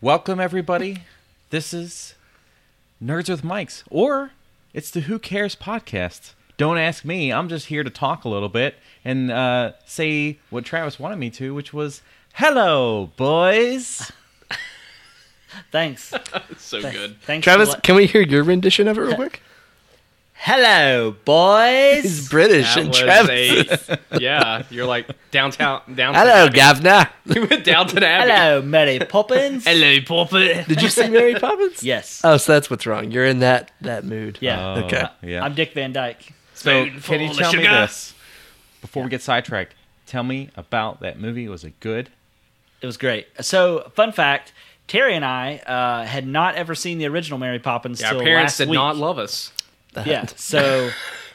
Welcome, everybody. This is Nerds with Mics, or it's the Who Cares podcast. Don't ask me. I'm just here to talk a little bit and uh, say what Travis wanted me to, which was hello, boys. Thanks. So good. Thanks. Travis, for let- can we hear your rendition of it real quick? Hello, He's boys. British That and was Travis. a- yeah, you're like downtown. downtown Hello, Gavna. You went down to the Abbey. Hello, Mary Poppins. Hello, Papa. Did you see Mary Poppins? Yes. Oh, so that's what's wrong. You're in that that mood. yeah. Oh, Okay. Yeah. I'm Dick Van Dyke. so, Spoonful can you of tell me sugar. this before we get sidetracked? Tell me about that movie. Was it good? It was great. So, fun fact: Terry and I uh, had not ever seen the original Mary Poppins. Yeah, till our parents last did week. not love us. Yeah. So,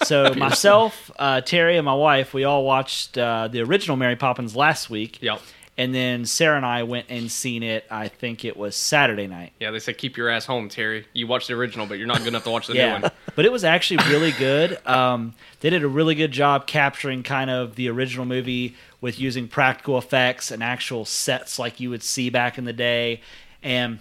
so myself, uh, Terry, and my wife, we all watched uh, the original Mary Poppins last week. Yep. And then Sarah and I went and seen it. I think it was Saturday night. Yeah, they said keep your ass home, Terry. You watched the original, but you're not good enough to watch the yeah new one. but it was actually really good um, they did a really good job capturing kind of the original movie with using practical effects and actual sets like you would see back in the day and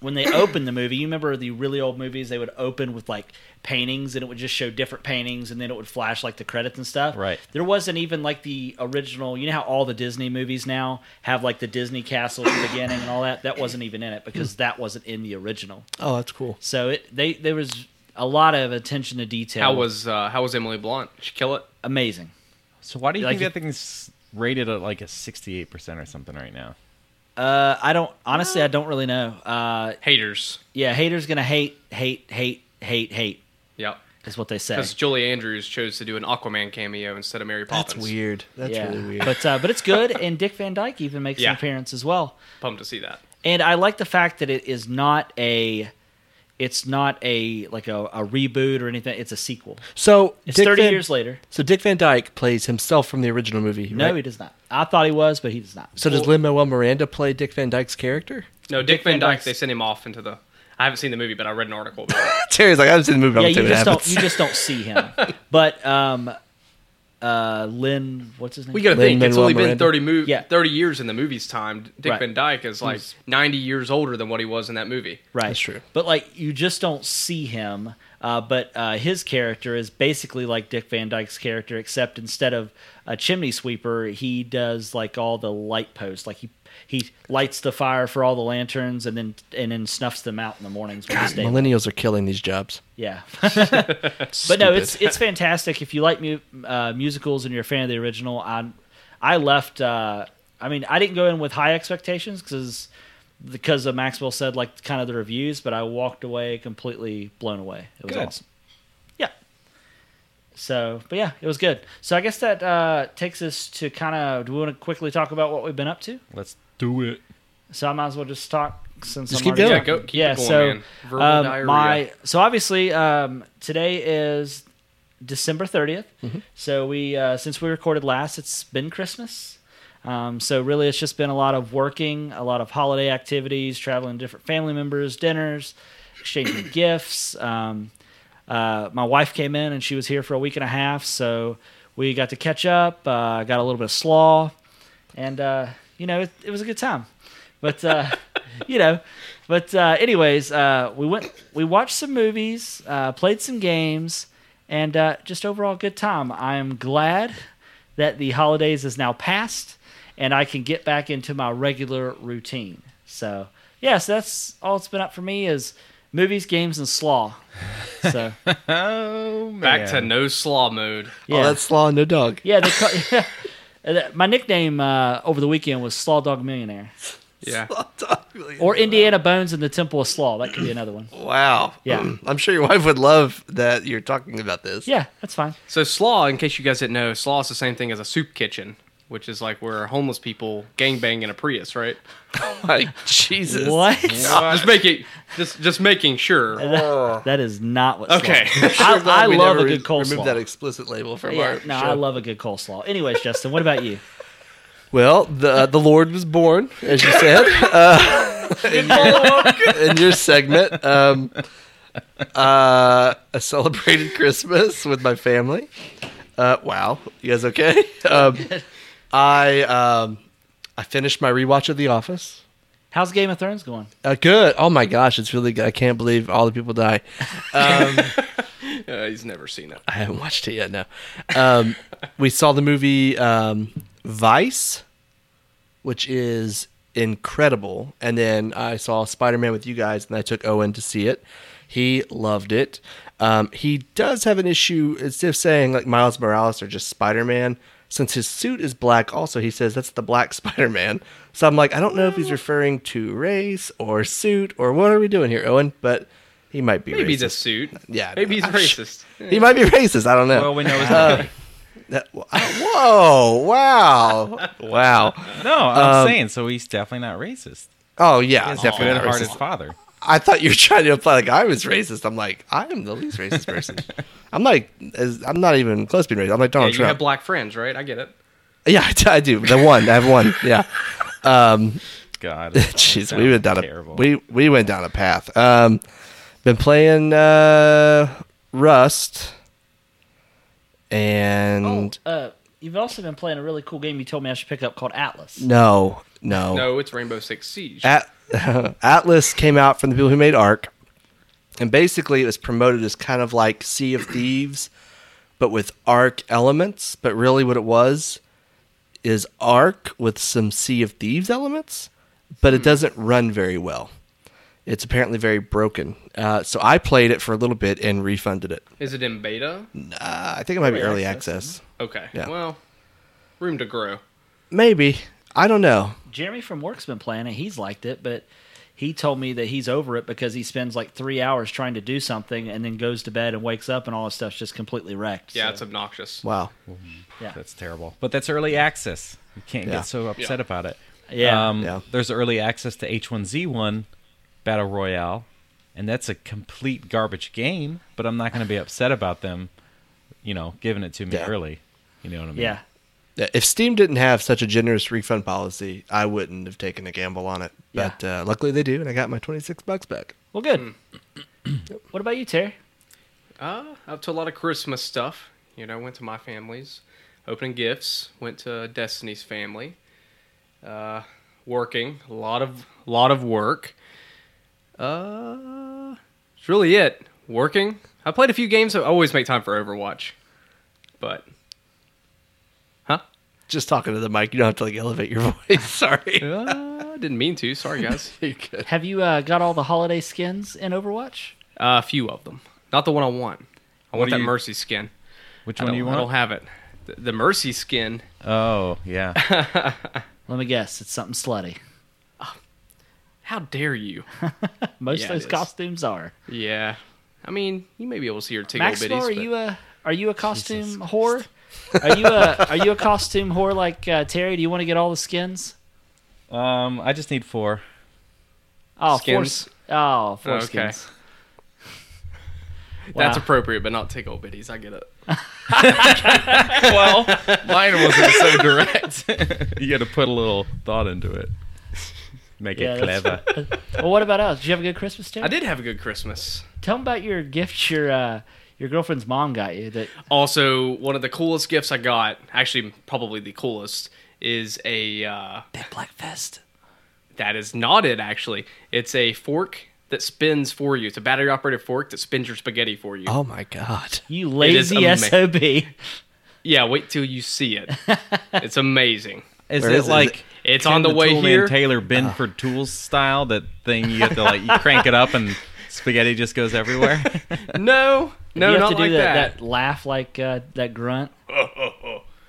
when they opened the movie you remember the really old movies they would open with like paintings and it would just show different paintings and then it would flash like the credits and stuff Right. there wasn't even like the original you know how all the disney movies now have like the disney castle at the beginning and all that that wasn't even in it because that wasn't in the original Oh, that's cool. so it they there was a lot of attention to detail. How was uh, how was Emily Blunt? Did she kill it? amazing. So, why do you Like think it- that thing's rated at like a 68% or something right now? Uh, I don't honestly I don't really know. Uh, Haters. yeah, haters gonna hate, hate, hate, hate, hate Yep. is what they say. Because Julie Andrews chose to do an Aquaman cameo instead of Mary Poppins. That's weird. That's yeah, really weird. but uh, but it's good, and Dick Van Dyke even makes Yeah. an appearance as well. Pumped to see that. And I like the fact that it is not a, it's not a like a, a reboot or anything. It's a sequel. so It's Dick thirty Van- years later. So Dick Van Dyke plays himself from the original movie. No, right? he does not. I thought he was, but he does not. So does Lin Manuel Miranda play Dick Van Dyke's character? No, Dick, Van Van Dyke. Dyke's- They sent him off into the. I haven't seen the movie, but I read an article about it. Terry's like, I haven't seen the movie. yeah, I'm you gonna just see what don't you happens. just don't see him. But um, uh, Lynn, what's his name? We got to Lin-Manuel think it's only been Miranda. thirty mov- Yeah. thirty years in the movie's time. Dick Right. Van Dyke is like ninety years older than what he was in that movie. right. That's true. But like you just don't see him. Uh, but uh, his character is basically like Dick Van Dyke's character, except instead of a chimney sweeper, he does like all the light posts. Like he he lights the fire for all the lanterns, and then and then snuffs them out in the mornings. With his daylight. Millennials are killing these jobs. Yeah. but no, it's it's fantastic. If you like mu- uh, musicals and you're a fan of the original, I I left. Uh, I mean, I didn't go in with high expectations because because of Maxwell said like kind of the reviews, but I walked away completely blown away. It was Good. awesome. Yeah. So, but yeah, it was good. So I guess that uh, takes us to kind of. Do we want to quickly talk about what we've been up to? Let's do it. So I might as well just talk since Just I'm keep already Yeah, going. go- keep it yeah, going, so man. Verbal um, diarrhea. my so obviously um, today is December 30th. Mm-hmm. So we uh, since we recorded last, it's been Christmas. Um, so really, it's just been a lot of working, a lot of holiday activities, traveling to different family members, dinners, exchanging gifts. Um, uh, my wife came in and she was here for a week and a half, so we got to catch up. Uh, got a little bit of slaw, and uh, you know it, it was a good time. But uh, you know, but uh, anyways, uh, we went, we watched some movies, uh, played some games, and uh, just overall good time. I am glad that the holidays is now past, and I can get back into my regular routine. So yeah, so that's all it's been up for me is movies, games, and slaw. So yeah, Oh, man. Back to no slaw mode. Oh, that's Law and No Dog. yeah. They call, My nickname uh, over the weekend was Slaw Dog Millionaire Yeah. or Indiana Bones in the Temple of Slaw. That could be another one. Wow. Yeah. I'm sure your wife would love that you're talking about this. Yeah, that's fine. So slaw, in case you guys didn't know, slaw is the same thing as a soup kitchen, which is like where homeless people gangbang in a Prius, right? Like, Jesus. What? just making, just just making Uh, sure. That is not what. Okay. slaw is. Sure glad I, I we love a never good re- coleslaw. Remove that explicit label from yeah, our no, show. I love a good coleslaw. Anyways, Justin, what about you? Well, the uh, the Lord was born, as you said, uh, in, your, in your segment. Um, uh, I celebrated Christmas with my family. Uh, wow, you guys okay? Um, I um, I finished my rewatch of The Office. How's Game of Thrones going? Uh, good. Oh my gosh, it's really good. I can't believe all the people die. Uh, he's never seen it. I haven't watched it yet. No, um, we saw the movie um, Vice, which is incredible. And then I saw Spider Man with you guys, and I took Owen to see it. He loved it. Um, he does have an issue instead of saying like Miles Morales or just Spider Man. Since his suit is black, also he says that's the black Spider Man. So I'm like, I don't know if he's referring to race or suit or what are we doing here, Owen? But he might be Maybe racist. the suit. Yeah, Maybe he's I'm sure- racist. He might be racist. I don't know. Uh, Well, we know it's not. me. That- whoa! Wow! wow! no, I'm saying so. He's definitely not racist. Oh yeah, Um, definitely not Good-hearted racist. father. I thought you were trying to imply like I was racist. I'm like I am the least racist person. I'm like as, I'm not even close to being racist. I'm like Yeah, Donald you have Trump. black friends, right? I get it. yeah, I, do- I do. The one I have one. Yeah. Um, God, jeez, that we went sounds down terrible. a we we went down a path. Um, been playing uh, Rust, and oh, uh, you've also been playing a really cool game you told me I should pick up called Atlas. no, no, No, it's Rainbow Six Siege. Oh. At- Atlas came out from the people who made Ark, and basically it was promoted as kind of like Sea of Thieves, but with Ark elements. But really, what it was is Ark with some Sea of Thieves elements, but it doesn't run very well. It's apparently very broken. Uh, so I played it for a little bit and refunded it. Is it in beta? Uh, I think it might be early access. Okay. Yeah. Well, room to grow. Maybe. I don't know. Jeremy from work's been playing it. He's liked it, but he told me that he's over it because he spends like three hours trying to do something and then goes to bed and wakes up and all his stuff's just completely wrecked. Yeah, So, it's obnoxious. Wow. That's terrible. But that's early access. You can't Yeah. get so upset Yeah. about it. Yeah. Um, Yeah. There's early access to H1Z1 Battle Royale, and that's a complete garbage game, but I'm not going to be upset about them, you know, giving it to me Yeah. early. You know what I mean? yeah. Yeah, If Steam didn't have such a generous refund policy, I wouldn't have taken a gamble on it. Yeah. But uh, luckily they do, and I got my 26 bucks back. Well, good. what about you, Terry? Uh, up to a lot of Christmas stuff. You know, went to my family's, opening gifts. Went to Destiny's family. Uh, working a lot of lot of work. Uh, it's really it. Working. I played a few games. I always make time for Overwatch, but huh? Just talking to the mic, you don't have to like elevate your voice. Sorry. Uh, didn't mean to. Sorry, guys. You're good. Have you uh, got all the holiday skins in Overwatch? Uh, a few of them. Not the one I want. I What want do that you- Mercy skin. Which I one do don't, you I don't want? have it. The, the Mercy skin. oh, yeah. Let me guess. It's something slutty. How dare you? Most Yeah, of those it is. costumes are. Yeah. I mean, you may be able to see your tickle Maxwell, bitties. are but- you a are you a costume whore? Are you a are you a costume whore like uh, Terry? Do you want to get all the skins? um, I just need four. Oh, Skins. four. Oh, four Okay. skins. That's Wow. appropriate, but not tickle bitties. I get it. well, mine wasn't so direct. you got to put a little thought into it. Make Yeah, it that's- clever. well, what about us? Did you have a good Christmas, Terry? I did have a good Christmas. Tell them about your gift your uh, your girlfriend's mom got you. That Also, one of the coolest gifts I got, actually probably the coolest, is a uh, that black vest. that is not it actually. It's a fork that spins for you. It's a battery operated fork that spins your spaghetti for you. Oh my god. You is lazy ama- sob. Yeah, wait till you see it. it's amazing. Is Where it is it? like It's on the Tim way Toolman here. Taylor Benford Tools style? That thing you have to like you crank it up and spaghetti just goes everywhere. No, no, you have not to do like that, that. Oh, laugh like uh, that grunt.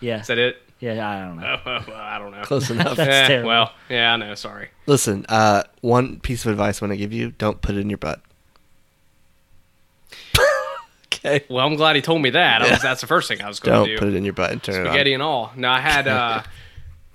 Yeah. Is that it? Yeah, I don't know. I don't know. Close enough. That's Eh, terrible. Well, yeah, I know. Sorry. Listen, uh, one piece of advice I want to give you: don't put it in your butt. okay. Well, I'm glad he told me that. I was, that's the first thing I was going Don't to do. put it in your butt and turn spaghetti it and all. No, I had uh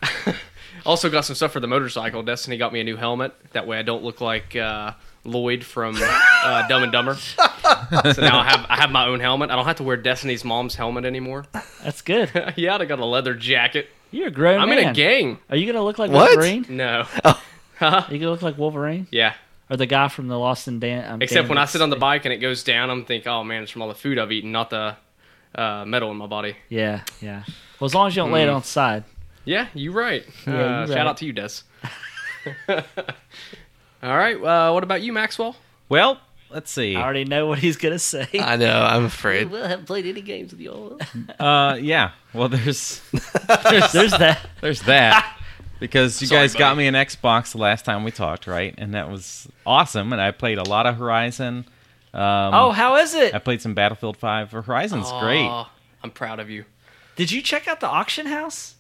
also got some stuff for the motorcycle. Destiny got me a new helmet. That way I don't look like uh Lloyd from uh, Dumb and Dumber. So now I have I have my own helmet. I don't have to wear Destiny's mom's helmet anymore. That's good. yeah, I got a leather jacket. You're a Oh, grown Oh. I'm man. in a gang. Are you gonna look like What? Wolverine? No. Oh. Are you gonna look like Wolverine Yeah. or the guy from the Lost and Dan? Um, Except when I Bandits? sit on the bike and it goes down, I'm think, oh man, it's from all the food I've eaten, not the uh, metal in my body. Yeah, Hmm. yeah. Well, as long as you don't lay it on its side. Yeah, you're right. Yeah, uh, you Shout right. out to you, Des. All right. Uh, what about you, Maxwell? Well, let's see. I already know what he's gonna say. I know. I'm afraid. Well, I haven't played any games with you all. Uh, yeah. Well, there's There's that. there's that because you Sorry, guys got buddy. me an Xbox the last time we talked, right? And that was awesome. And I played a lot of Horizon. Um, Oh, how is it? I played some Battlefield Five. Horizon's great. I'm proud of you. Did you check out the auction house?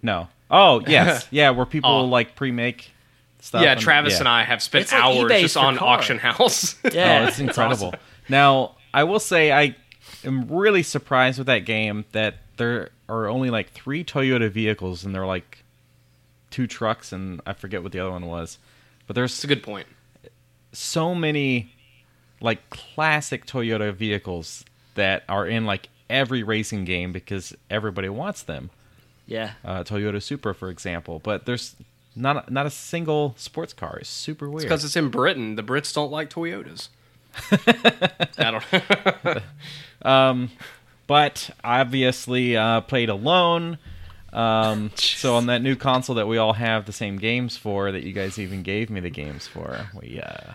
No. Oh yes, yeah. Where people Aw. like pre-make stuff. yeah, and- Travis um, yeah. and I have spent It's like hours eBay's just for on car. Auction House. Yeah, oh, it's that's incredible. awesome. Now, I will say I am really surprised with that game that there are only like three Toyota vehicles and there are like two trucks and I forget what the other one was. But It's there's a good point. so many like classic Toyota vehicles that are in like every racing game because everybody wants them. Yeah, Uh, Toyota Supra, for example, but there's not not a single sports car. It's super weird. Because it's in Britain. The Brits don't like Toyotas. I don't know. but obviously uh, played alone. Um, so on that new console that we all have the same games for, that you guys even gave me the games for, we uh,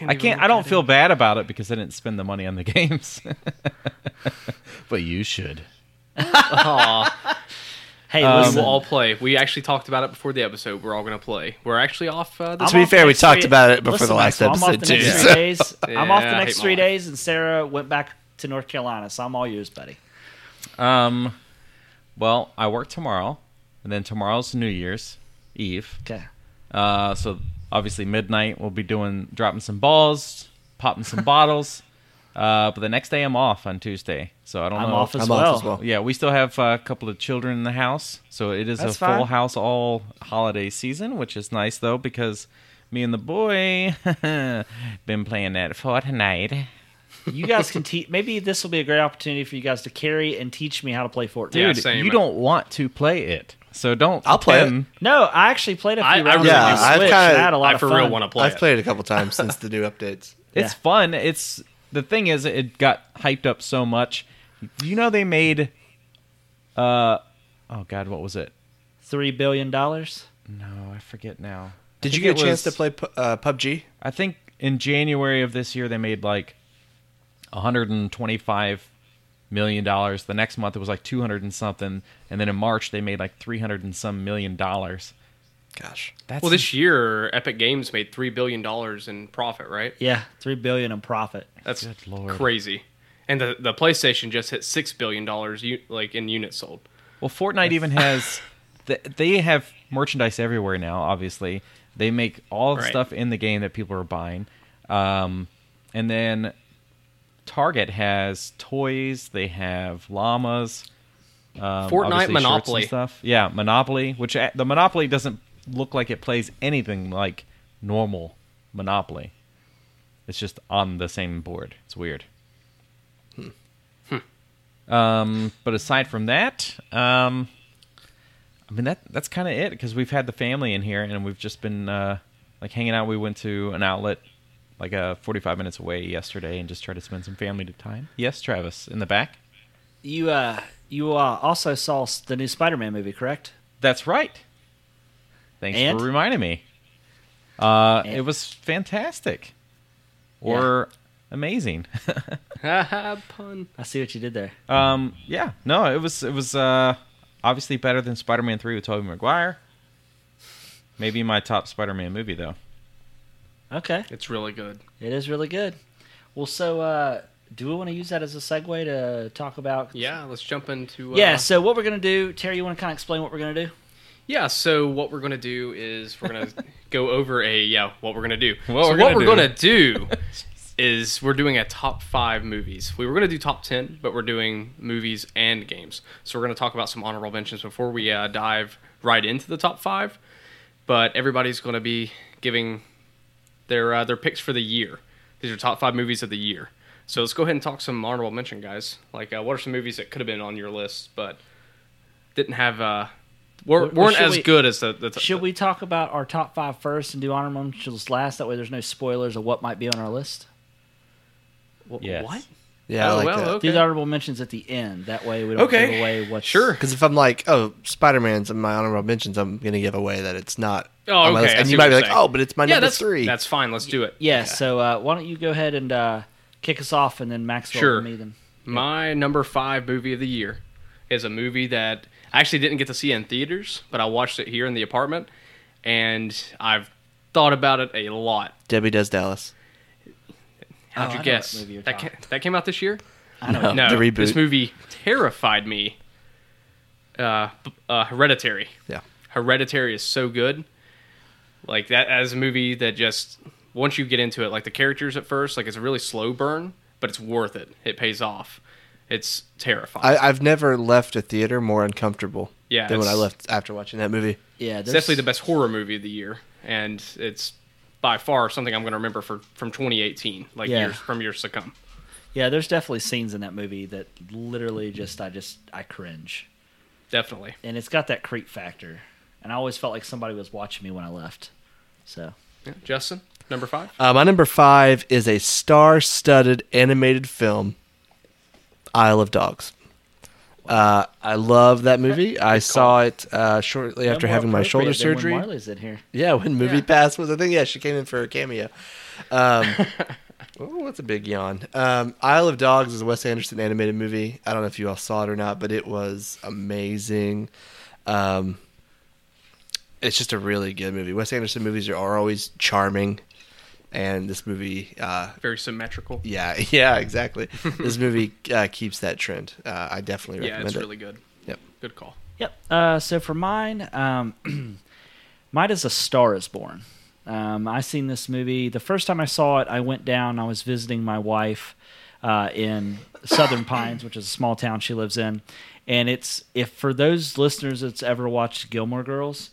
I can't. I don't feel bad about it because I didn't spend the money on the games. but you should. Hey, Um, We listen. will all play. We actually talked about it before the episode. We're all going to play. We're actually off uh, I'm this To be off the fair, we next talked about it before Listen, the last Maxwell, I'm off episode, the next too. three days. I'm off the Yeah, I next hate three my life. days, and Sarah went back to North Carolina, so I'm all yours, buddy. Um, well, I work tomorrow, and then tomorrow's New Year's Eve. Okay. Uh, so obviously midnight we'll be doing dropping some balls, popping some bottles. Uh, but the next day I'm off on Tuesday, so I don't I'm know. off as I'm well. off as well. Oh. Yeah, we still have uh, a couple of children in the house, so it is That's a full fine. house all holiday season, which is nice though because me and the boy been playing that Fortnite. You guys can teach. Maybe this will be a great opportunity for you guys to carry and teach me how to play Fortnite. Yeah, Dude, same. you don't want to play it, so don't. I'll play pretend- No, I actually played a few I- I rounds really on do. the I've Switch. kinda- and I had a lot I of for fun. real want to play. I've it. played it a couple times since the new updates. It's Yeah. fun. It's the thing is it got hyped up so much. You know they made uh oh god, what was it? Three billion dollars. No, I forget now. Did I you think get a it chance was- to play pu- uh, PUBG? I think in January of this year they made like 125 million dollars. The next month it was like 200 and something, and then in March they made like 300 and some million dollars. Gosh, That's Well, this year, Epic Games made $3 billion in profit, right? Yeah, three billion in profit. That's Good lord. crazy. And the, the PlayStation just hit $6 billion u- like in units sold. Well, Fortnite even has th- they have merchandise everywhere now. Obviously, they make all the Right. stuff in the game that people are buying, um, and then Target has toys. They have llamas. Um, Fortnite obviously shirts and Monopoly. stuff. Yeah, Monopoly. Which a- the Monopoly doesn't look like it plays anything like normal Monopoly. It's just on the same board. It's weird. Um, but aside from that, um, I mean that that's kind of it because we've had the family in here and we've just been uh, like hanging out. We went to an outlet like uh, 45 minutes away yesterday and just tried to spend some family time. Yes, Travis, in the back. You uh, you uh, also saw s- the new Spider-Man movie, correct? That's right. Thanks And? for reminding me. Uh, And? it was fantastic, or amazing. Pun. I see what you did there. Um, yeah, no, it was it was uh, obviously better than Spider-Man Three with Tobey Maguire. Maybe my top Spider-Man movie though. Okay, It's really good. it is really good. Well, so uh, do we want to use that as a segue to talk about? Yeah, let's jump into. Uh, Yeah. So what we're gonna do, Terry? You want to kind of explain what we're gonna do? Yeah, so what we're gonna do is we're gonna go over a yeah, what we're gonna do. What so we're what gonna we're do. gonna do is we're doing a top five movies. We were gonna do top ten, but we're doing movies and games. So we're gonna talk about some honorable mentions before we uh, dive right into the top five. But everybody's gonna be giving their uh, their picks for the year. These are top five movies of the year. So let's go ahead and talk some honorable mention, guys. Like, uh, what are some movies that could have been on your list but didn't have uh, Well, were, well, weren't should as we- good as the, the t- Should we talk about our top five first and do honorable mentions last? That way, there's no spoilers of what might be on our list. Wh- Yes. What? Yeah, I Oh, like well, that. okay. These honorable mentions at the end. That way we don't Okay. give away what's Sure. Because if I'm like, oh, Spider Man's in my honorable mentions, I'm gonna give away that it's not. Oh, on my okay, list. I And see you what might be you're like, saying. oh, but it's my yeah, number that's three. That's fine. Let's do it. Yeah, so uh, why don't you go ahead and uh, kick us off, and then Maxwell Sure. will me then. My number five movie of the year is a movie that I actually didn't get to see in theaters, but I watched it here in the apartment, and I've thought about it a lot. Debbie Does Dallas. How'd Oh, I know you what guess? movie you're That, talking ca- that came out this year? I know. No, Uh, the reboot. this movie terrified me. Uh, b- uh, Hereditary. Yeah. Hereditary is so good. Like that as a movie that just once you get into it, like the characters at first, like it's a really slow burn, but it's worth it. It pays off. It's terrifying. I, I've never left a theater more uncomfortable. Yeah, Than when I it's- left after watching that movie. Yeah, it's definitely the best horror movie of the year, and it's by far something I'm going to remember for from 2018, like Yeah. years from years to come. yeah. There's definitely scenes in that movie that literally just I just I cringe, Definitely. and it's got that creep factor, and I always felt like somebody was watching me when I left. So Yeah. Justin, number five. Uh, my number five is a star-studded animated film, Isle of Dogs. Uh, I love that movie. I saw it uh, shortly after No more having my shoulder appropriate than when surgery. Marley's in here. Yeah, when movie Yeah. pass was a thing. Yeah, she came in for a cameo. Um, oh, that's a big yawn. Um, Isle of Dogs is a Wes Anderson animated movie. I don't know if you all saw it or not, but it was amazing. Um, it's just a really good movie. Wes Anderson movies are, are always charming, and this movie, uh, Very symmetrical. yeah, yeah, exactly. this movie uh, keeps that trend. Uh, I definitely Yeah, recommend it's it. really good. Yep. Good call. Yep. Uh, so for mine, um, mine is A Star Is Born. Um, I seen this movie the first time I saw it. I went down. I was visiting my wife uh, in Southern Pines, which is a small town she lives in. And it's if for those listeners that's ever watched Gilmore Girls,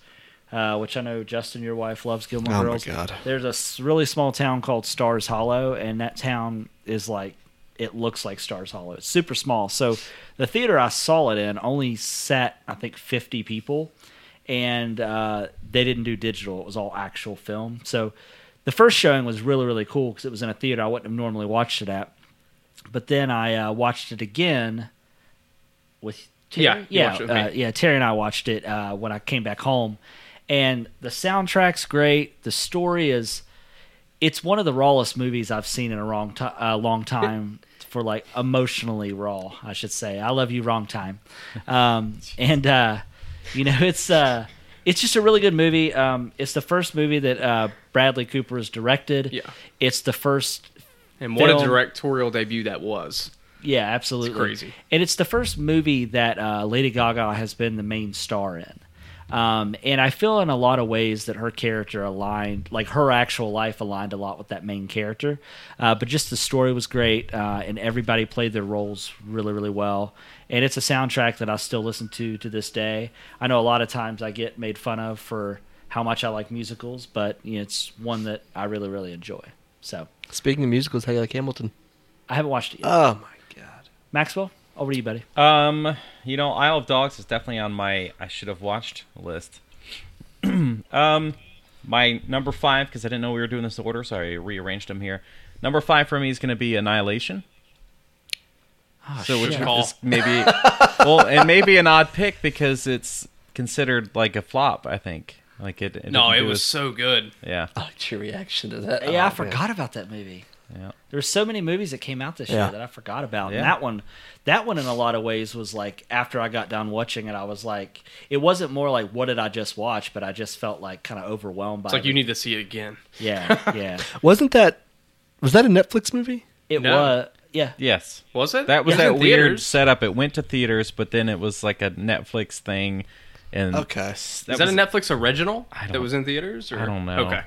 uh, which I know Justin, your wife loves Gilmore Oh my Girls. God. There's a s- really small town called Stars Hollow, and that town is like it looks like Stars Hollow. It's super small. So the theater I saw it in only sat I think 50 people, and uh, they didn't do digital. It was all actual film. So the first showing was really really cool because it was in a theater I wouldn't have normally watched it at. But then I uh, watched it again with Terry. Yeah, you yeah, watched it with uh, me. yeah. Terry and I watched it uh, when I came back home, and the soundtrack's great. The story is, it's one of the rawest movies I've seen in a wrong ti uh, long time for like emotionally raw. I should say. I love you, wrong time, um, and uh, you know it's. Uh, it's just a really good movie. Um, it's the first movie that uh, Bradley Cooper has directed. Yeah. It's the first And what a Film. directorial debut that was. yeah, absolutely. crazy. And it's the first movie that uh, Lady Gaga has been the main star in. Um, and I feel in a lot of ways that her character aligned, like her actual life aligned a lot with that main character. Uh, but just the story was great, uh, and everybody played their roles really, really well. And it's a soundtrack that I still listen to to this day. I know a lot of times I get made fun of for how much I like musicals, but you know, it's one that I really, really enjoy. So Speaking of musicals, how you like Hamilton? I haven't watched it yet. Oh my god! Maxwell, over to you, buddy. Um, you know, Isle of Dogs is definitely on my I should have watched list. um, my number five because I didn't know we were doing this order, so I rearranged them here. Number five for me is going to be Annihilation. so which call. is maybe well, and maybe an odd pick because it's considered like a flop. I think like it. it No, didn't it do was as- so good. yeah. I liked your reaction to that. Yeah, Oh, I man. forgot about that movie. Yeah. There were so many movies that came out this Yeah. year that I forgot about. Yeah. And that one that one in a lot of ways was like after I got done watching it, I was like it wasn't more like what did I just watch, but I just felt like kind of overwhelmed by It's like it. you need to see it again. Yeah, yeah. Wasn't that? Was that a Netflix movie? It No. was yeah. Yes. Was it? That was It that in weird theaters. setup. It went to theaters, but then it was like a Netflix thing. And Okay. Is that was- a Netflix original I that don't- was in theaters? Or? I don't know. Okay.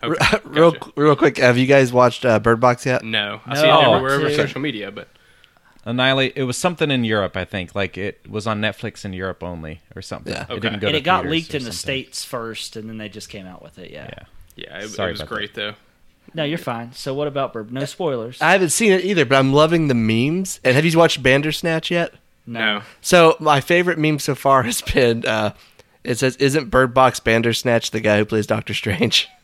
R- okay. real, Gotcha. real quick, have you guys watched uh, Bird Box yet? No, I No, see it Oh, everywhere over too. social media, but Annihilate. It was something in Europe, I think. Like it was on Netflix in Europe only, or something. Yeah. It didn't go and to it got theaters leaked or in the something. states first and then they just came out with it, yeah. Yeah. yeah, it, Sorry it was about great though. No, you're fine. So what about Burb? Uh, No spoilers. I haven't seen it either, but I'm loving the memes. And have you watched Bandersnatch yet? No, So my favorite meme so far has been uh, it says, "Isn't Bird Box Bandersnatch the guy who plays Doctor Strange?"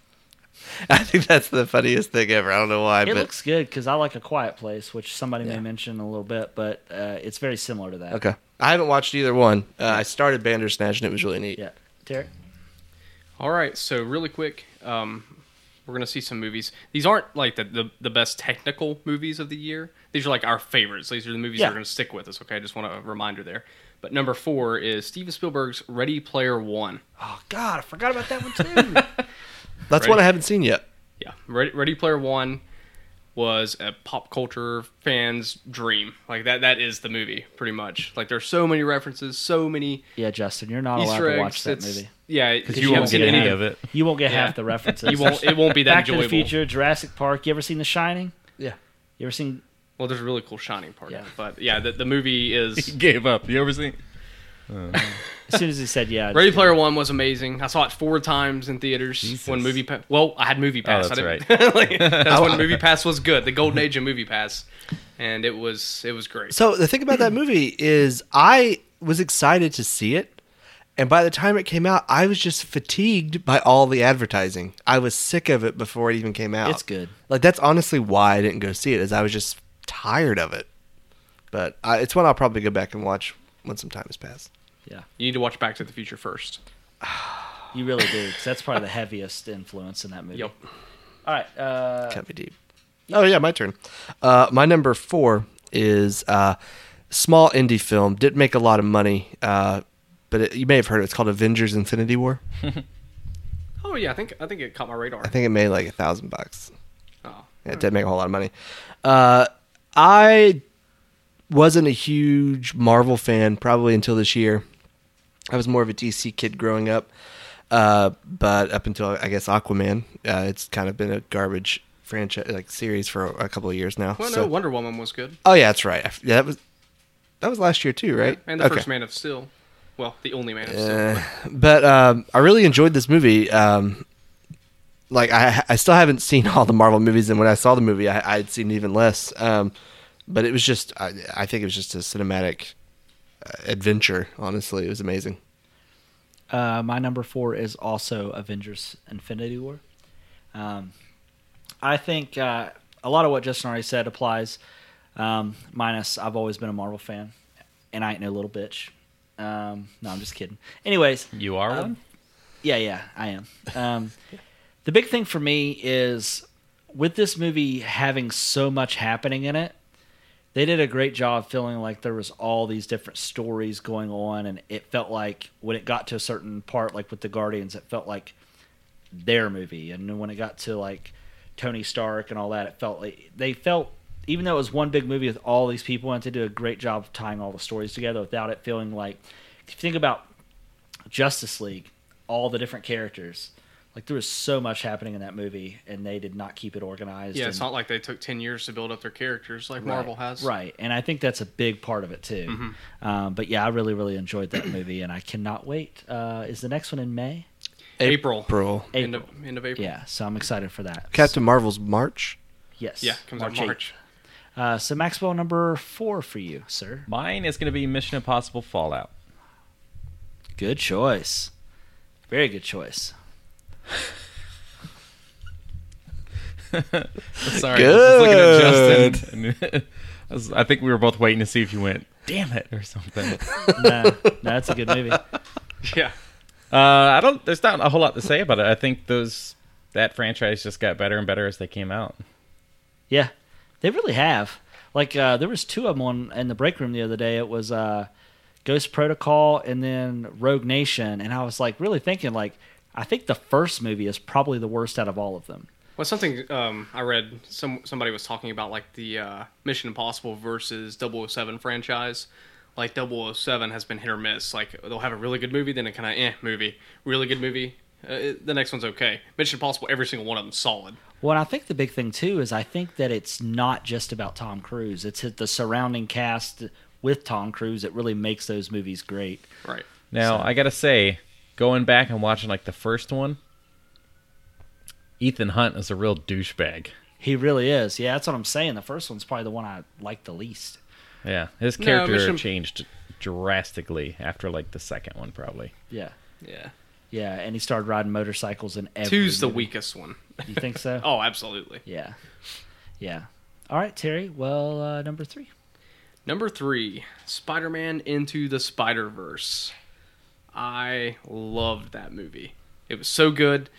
I think that's the funniest thing ever. I don't know why, It but looks good because I like A Quiet Place, which somebody Yeah. may mention in a little bit, but uh, it's very similar to that. okay. I haven't watched either one. Uh, I started Bandersnatch and it was really neat. Yeah. Derek? All right, so really quick, um, we're gonna see some movies. These aren't like the, the the best technical movies of the year. These are like our favorites. These are the movies Yeah. that are gonna stick with us. Okay, I just want a reminder there. But number four is Steven Spielberg's Ready Player One. Oh, God, I forgot about that one, too. That's Right. one I haven't seen yet. Yeah, Ready, Ready Player One was a pop culture fan's dream. Like that that is the movie pretty much. Like there's so many references, so many yeah, Justin, you're not Easter allowed eggs. to watch that It's- movie. Yeah, because if you won't haven't seen get any any of it. You won't get Yeah. half the references. You won't. It won't be that Back to enjoyable. the Future, Jurassic Park. You ever seen The Shining? Yeah. You ever seen? Well, there's a really cool Shining part. in Yeah. it, But yeah, the, the movie He is. gave up. You ever seen? As soon as he said yeah, I Ready just- Player One was amazing. I saw it four times in theaters. Jesus. When movie pa- well, I had movie pass. that's I didn't, like, that's when movie pass was good. The golden age of movie pass, and it was it was great. So the thing about that movie is I was excited to see it. And by the time it came out, I was just fatigued by all the advertising. I was sick of it before it even came out. It's good. Like that's honestly why I didn't go see it is I was just tired of it. But I, it's one I'll probably go back and watch when some time has passed. Yeah, You need to watch Back to the Future first. you really do. 'cause that's probably the heaviest influence in that movie. Yep. All right. Uh, Cut me deep. Oh yeah, my turn. Uh, my number four is uh, small indie film. Didn't make a lot of money, uh, but it, you may have heard it. It's called Avengers: Infinity War. Oh yeah, I think I think it caught my radar. I think it made like a thousand bucks. Oh. Yeah, It didn't make a whole lot of money. Uh, I wasn't a huge Marvel fan probably until this year. I was more of a DC kid growing up, uh, but up until I guess Aquaman, uh, it's kind of been a garbage franchise like series for a couple of years now. Well, no, So- Wonder Woman was good, Oh yeah, that's right. I f- yeah, that was that was last year too, right? and the Okay. first Man of Steel. Well, the only Man of Steel. Uh, but um, I really enjoyed this movie. Um, like I, I still haven't seen all the Marvel movies, and when I saw the movie, I, I'd seen even less. Um, but it was just, I, I think it was just a cinematic uh, adventure. Honestly, it was amazing. uh, my number four is also Avengers: Infinity War. Um, I think uh, a lot of what Justin already said applies. Um, minus, I've always been a Marvel fan, and I ain't no little bitch. Um, no, I'm just kidding. Anyways, You Um, are one. Um, Yeah, yeah, I am. Um, the big thing for me is with this movie having so much happening in it, they did a great job feeling like there was all these different stories going on, and it felt like when it got to a certain part, like with the Guardians, it felt like their movie, and then when it got to like Tony Stark and all that, it felt like they felt even though it was one big movie with all these people, and they did a great job of tying all the stories together without it feeling like if you think about Justice League, all the different characters. Like there was so much happening in that movie, and they did not keep it organized. Yeah, and- it's not like they took ten years to build up their characters like Right, Marvel has. Mm-hmm. Right, and I think that's a big part of it too. Um, but yeah, I really, really enjoyed that movie, and I cannot wait. Uh, is the next one in May? April. April. End of April. end of April. Yeah, so I'm excited for that. Captain Marvel's March. yes, Yeah, comes out 8th. March. Uh, so Maxwell, number four for you, sir. Mine is going to be Mission Impossible Fallout. Good choice. Very good choice. Sorry, I Good. was looking at Justin. I, was- I think we were both waiting to see if you went, damn it, or something. No, no, that's a good movie. Yeah. Uh, I don't. There's not a whole lot to say about it. I think those that franchise just got better and better as they came out. Yeah, they really have. Like uh, there was two of them on, in the break room the other day. It was uh, Ghost Protocol and then Rogue Nation, and I was like really thinking like I think the first movie is probably the worst out of all of them. Well, something um, I read some somebody was talking about like the uh, Mission Impossible versus 007 franchise. Like 007 has been hit or miss. Like they'll have a really good movie, then a kind of eh movie. Really good movie, uh, it- the next one's okay. Mission Impossible, every single one of them solid. Well, and I think the big thing too is I think that it's not just about Tom Cruise. It's the surrounding cast with Tom Cruise that really makes those movies great. Right. Now I gotta say, going back and watching like the first one, Ethan Hunt is a real douchebag. He really is. Yeah, that's what I'm saying. The first one's probably the one I like the least. Yeah, his No, character Mission- changed drastically after like the second one, probably. Yeah, Yeah. yeah, and he started riding motorcycles in every. Two's the movie. weakest one. You think so? Oh, absolutely. Yeah. Yeah. All right, Terry. Well, uh, number three. Number three, Spider Man Into the Spider Verse. I loved that movie. It was so good.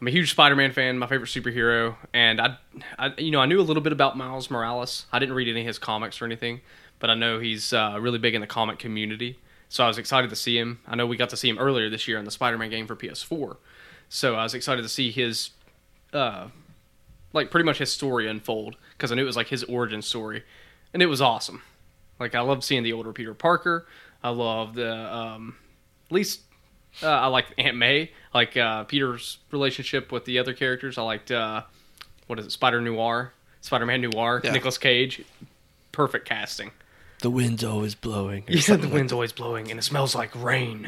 I'm a huge Spider Man fan, my favorite superhero, and I, I, you know, I knew a little bit about Miles Morales. I didn't read any of his comics or anything, but I know he's uh, really big in the comic community. So I was excited to see him. I know we got to see him earlier this year in the Spider Man game for PS4. So I was excited to see his uh, like pretty much his story unfold because I knew it was like his origin story, and it was awesome. Like I loved seeing the older Peter Parker. I loved the um, at least uh, I liked Aunt May. I Like uh, Peter's relationship with the other characters. I liked uh, what is it Spider Noir, Spider Man Noir, Yeah. Nicolas Cage. Perfect casting. The wind's always blowing. You said the wind's always blowing and it smells like rain.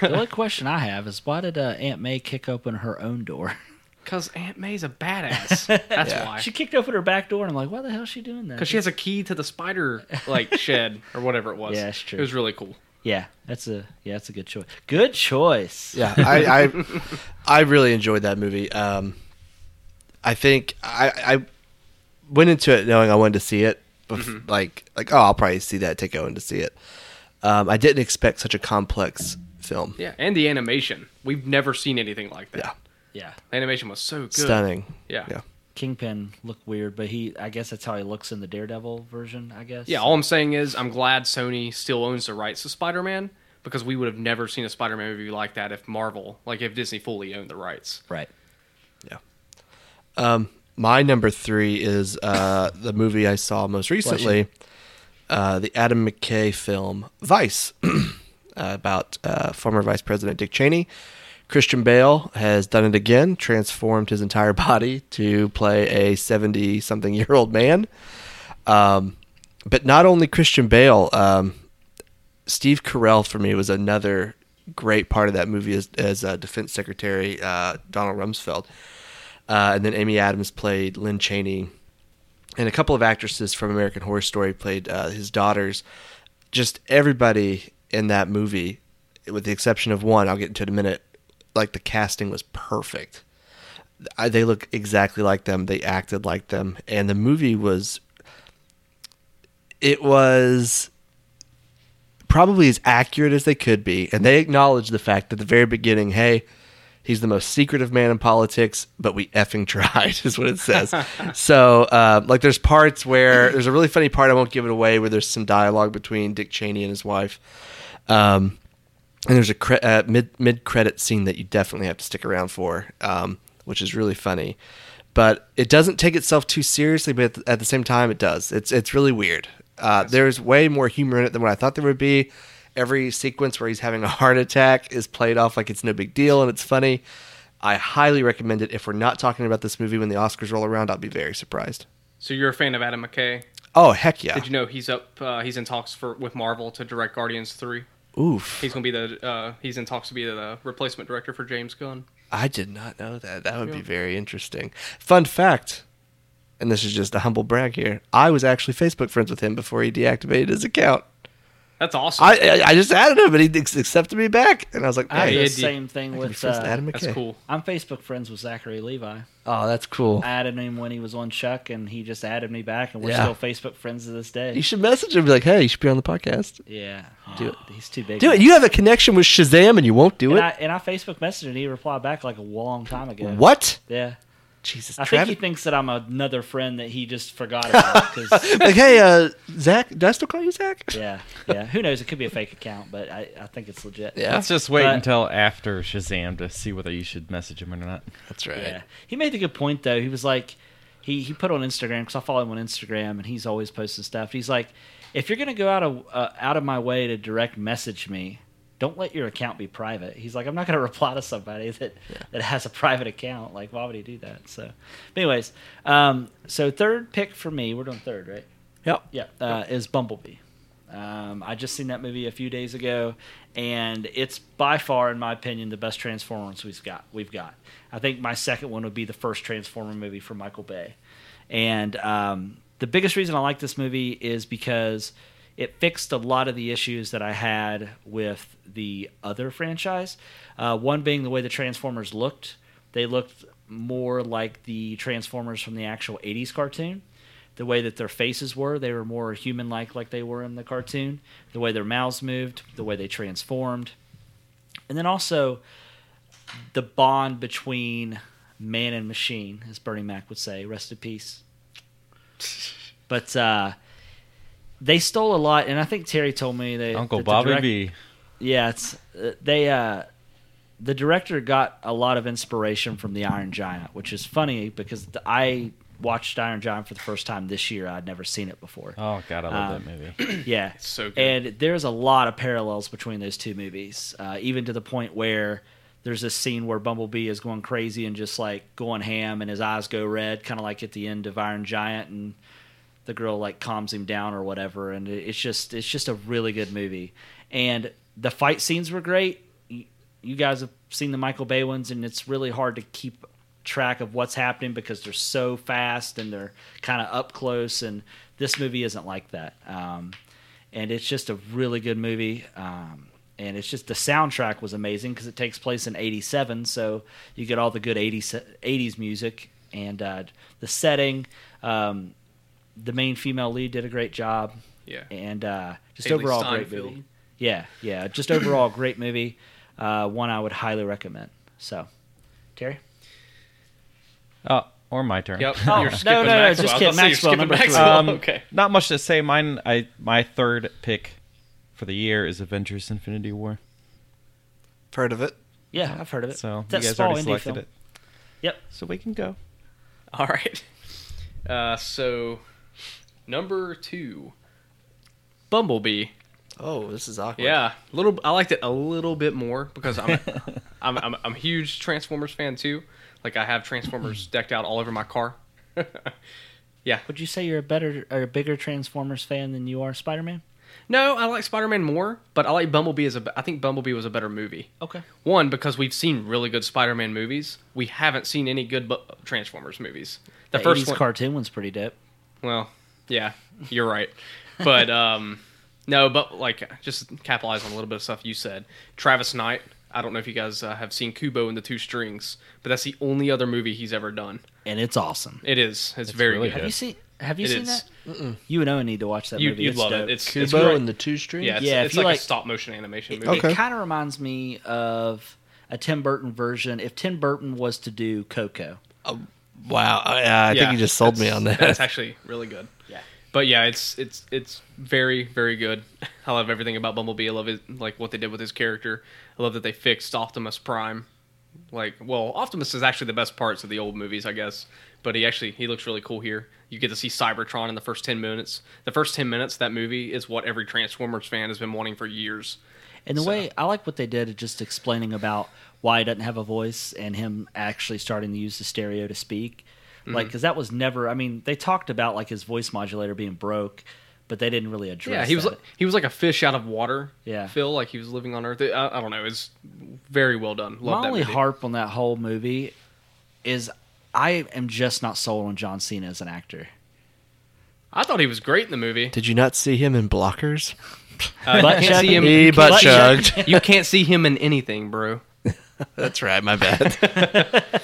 The only question I have is why did uh, Aunt May kick open her own door? Because Aunt May's a badass. That's Yeah. why. she kicked open her back door, and I'm like, why the hell is she doing that? Because she has a key to the spider like shed or whatever it was. Yeah, that's true. It was really cool. yeah, that's a yeah, that's a good choice. Good choice. Yeah, I, I I really enjoyed that movie. Um, I think I, I went into it knowing I wanted to see it, bef- Mm-hmm. like like oh I'll probably see that take Owen to see it. Um, I didn't expect such a complex film. Yeah, and the animation. We've never seen anything like that. Yeah. Yeah. The animation was so good. Stunning. Yeah. yeah. Kingpin looked weird, but he I guess that's how he looks in the Daredevil version. I guess. Yeah, all I'm saying is I'm glad Sony still owns the rights to Spider-Man because we would have never seen a Spider-Man movie like that if Marvel, like if Disney fully owned the rights. right. Um, my number three is uh, the movie I saw most recently, uh, the Adam McKay film Vice, uh, about uh, former Vice President Dick Cheney. Christian Bale has done it again, transformed his entire body to play a 70 something year old man. Um, but not only Christian Bale, um, Steve Carell for me was another great part of that movie as, as uh, Defense Secretary uh, Donald Rumsfeld. Uh, and then Amy Adams played Lynn Cheney, and a couple of actresses from American Horror Story played uh, his daughters. Just everybody in that movie, with the exception of one, I'll get into it in a minute. Like the casting was perfect. I, they look exactly like them. They acted like them, and the movie was. It was probably as accurate as they could be, and they acknowledged the fact at the very beginning, hey, he's the most secretive man in politics, but we effing tried, is what it says. so, uh, like, there's parts where there's a really funny part I won't give it away, where there's some dialogue between Dick Cheney and his wife, um, and there's a cre- uh, mid mid credit scene that you definitely have to stick around for, um, which is really funny. But it doesn't take itself too seriously, but at the, at the same time, it does. It's it's really weird. Uh, there's way more humor in it than what I thought there would be. Every sequence where he's having a heart attack is played off like it's no big deal and it's funny. I highly recommend it. If we're not talking about this movie when the Oscars roll around, I'll be very surprised. So you're a fan of Adam McKay? Oh heck yeah! Did you know he's up? Uh, he's in talks for with Marvel to direct Guardians Three. Oof! He's gonna be the. Uh, he's in talks to be the replacement director for James Gunn. I did not know that. That would be very interesting. Fun fact, and this is just a humble brag here. I was actually Facebook friends with him before he deactivated his account. That's awesome. I I, I just added him, and he ex- accepted me back, and I was like, I hey, did did the same thing with friends with uh, Adam McKay. That's cool. I'm Facebook friends with Zachary Levi. Oh, that's cool. I added him when he was on Chuck, and he just added me back, and we're Yeah. still Facebook friends to this You day. should message him and be like, hey, you should be on the podcast. Yeah, Do it. He's too big. Do it. You have a connection with Shazam, and you won't do and it. I, and I Facebook messaged, and he replied back like a long time ago. What? Yeah, Jesus, I Travis. think he thinks that I'm another friend that he just forgot about. 'cause- like, hey, uh, Zach, do I still call you Zach? yeah, yeah. Who knows? It could be a fake account, but I, I think it's legit. Yeah, Let's just wait But- until after Shazam to see whether you should message him or not. that's right. Yeah. He made the good point though. He was like, he he put on Instagram because I follow him on Instagram and he's always posting stuff. He's like, if you're gonna go out of uh, out of my way to direct message me, don't let your account be private. He's like, I'm not gonna reply to somebody that that has a private account. Like, why would he do that? So, but anyways, um, so third pick for me, we're doing third, right? Yep. Yeah, uh, is Bumblebee. Um, I just seen that movie a few days ago, and it's by far, in my opinion, the best Transformers we've got. We've got. I think my second one would be the first Transformer movie from Michael Bay, and um, the biggest reason I like this movie is because it fixed a lot of the issues that I had with the other franchise. Uh, one being the way the Transformers looked; they looked more like the Transformers from the actual 80s cartoon. The way that their faces were, they were more human like, like they were in the cartoon. The way their mouths moved, the way they transformed. And then also the bond between man and machine, as Bernie Mac would say. Rest in peace. But uh, they stole a lot, and I think Terry told me they Uncle that the Bobby direct- B. yeah, it's uh, they. Uh, the director got a lot of inspiration from the Iron Giant, which is funny because th- I watched Iron Giant for the first time this year. I'd never seen it before. Oh God, I love Um, that movie. Yeah, so good. and there's a lot of parallels between those two movies, uh, even to the point where there's this scene where Bumblebee is going crazy and just like going ham, and his eyes go red, kind of like at the end of Iron Giant, and the girl like calms him down or whatever. And it- it's just it's just a really good movie, and the fight scenes were great. You- You guys have seen the Michael Bay ones, and it's really hard to keep track of what's happening because they're so fast and they're kind of up close. And this movie isn't like that. Um, and it's just a really good movie. Um, and it's just the soundtrack was amazing because it takes place in '87, so you get all the good '80s '80s music and uh, the setting. Um, the main female lead did a great job, Yeah. and uh, just Haley overall great Steinfeld. movie. Yeah, yeah, just overall great movie. Uh, one I would highly recommend. So, Terry, Oh, or my turn. Yep. Oh, you're no, skipping no, no, Maxwell. just I kidding. thought you were Maxwell, skipping number three. Maxwell. Um, okay. Not much to say. Mine, I my third pick for the year is Avengers: Infinity War. Part of it. yeah, I've heard of it. So It's you that guys small already indie selected film. it. Yep. So we can go. All right. Uh, so, number two, Bumblebee. Oh, this is awkward. Yeah, little. I liked it a little bit more because I'm, I'm, I'm, I'm a huge Transformers fan too. Like I have Transformers decked out all over my car. yeah. Would you say you're a better or a bigger Transformers fan than you are Spider Man? No, I like Spider-Man more, but I like Bumblebee as a. I think Bumblebee was a better movie. Okay. One because we've seen really good Spider-Man movies. We haven't seen any good Bu- Transformers movies. The, The, first 80s one. cartoon one's pretty dope. Well, yeah, you're right. But um no, but like just capitalize on a little bit of stuff you said. Travis Knight, I don't know if you guys uh, have seen Kubo and the Two Strings, but that's the only other movie he's ever done. and it's awesome. It is. It's, very really good. Have you seen? Have you It seen is. that? You and Owen need to watch that You, movie. you'd It's love dope. it. It's, it's Kubo great. and the Two Strings. yeah, it's, Yeah, if it's you like, like- a stop motion animation It, movie. Okay. kind of reminds me of a Tim Burton version. If Tim Burton was to do Coco, Wow. I, I think Yeah, you just sold me that's- on that. That's actually really good. yeah, But yeah, it's it's it's very very good. I love everything about Bumblebee. I love it, like what they did with his character. I love that they fixed Optimus Prime. Like, well, Optimus is actually the best parts of the old movies, I guess. But he actually he looks really cool here. You get to see Cybertron in the first ten minutes. The first ten minutes of that movie is what every Transformers fan has been wanting for years. and the So- way I like what they did, of just explaining about why he doesn't have a voice and him actually starting to use the stereo to speak, Mm-hmm. like because that was never. I mean, they talked about like his voice modulator being broke, but they didn't really address. Yeah, he was that. like, he was like a fish out of water. Yeah. Phil, like he was living on Earth. I, I don't know. It's very well done. Love My that only movie. harp on that whole movie is I am just not sold on John Cena as an actor. I thought he was great in the movie. Did you not see him in Blockers? Uh, Butt you chug- can't see him. He butt butt chugged. you can't see him in anything, bro. That's right. My bad.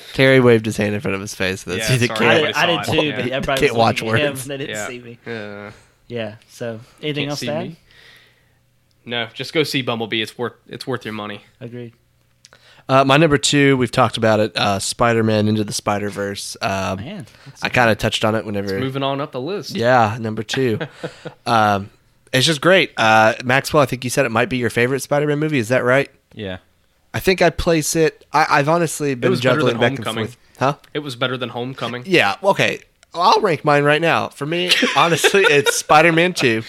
Terry waved his hand in front of his face. That's Yeah, he sorry. I did, can't. I did Everybody saw too, it. but Yeah. everybody Can't was watch watch words. words. They didn't Yeah. see me. Uh, Yeah. So anything Can't else see to add? me. no, just go see Bumblebee. It's worth it's worth your money. Agreed. Uh, my number two. We've talked about it. Uh, Spider Man into the Spider Verse. Um, Man, I kind of touched on it whenever. Moving on up the list. Yeah, number two. um, it's just great. Uh, Maxwell, I think you said it might be your favorite Spider Man movie. Is that right? Yeah. I think I place it. I, I've honestly been was better juggling than back and Homecoming. forth. Huh? It was better than Homecoming. Yeah. Okay. I'll rank mine right now. For me, honestly, it's Spider Man 2.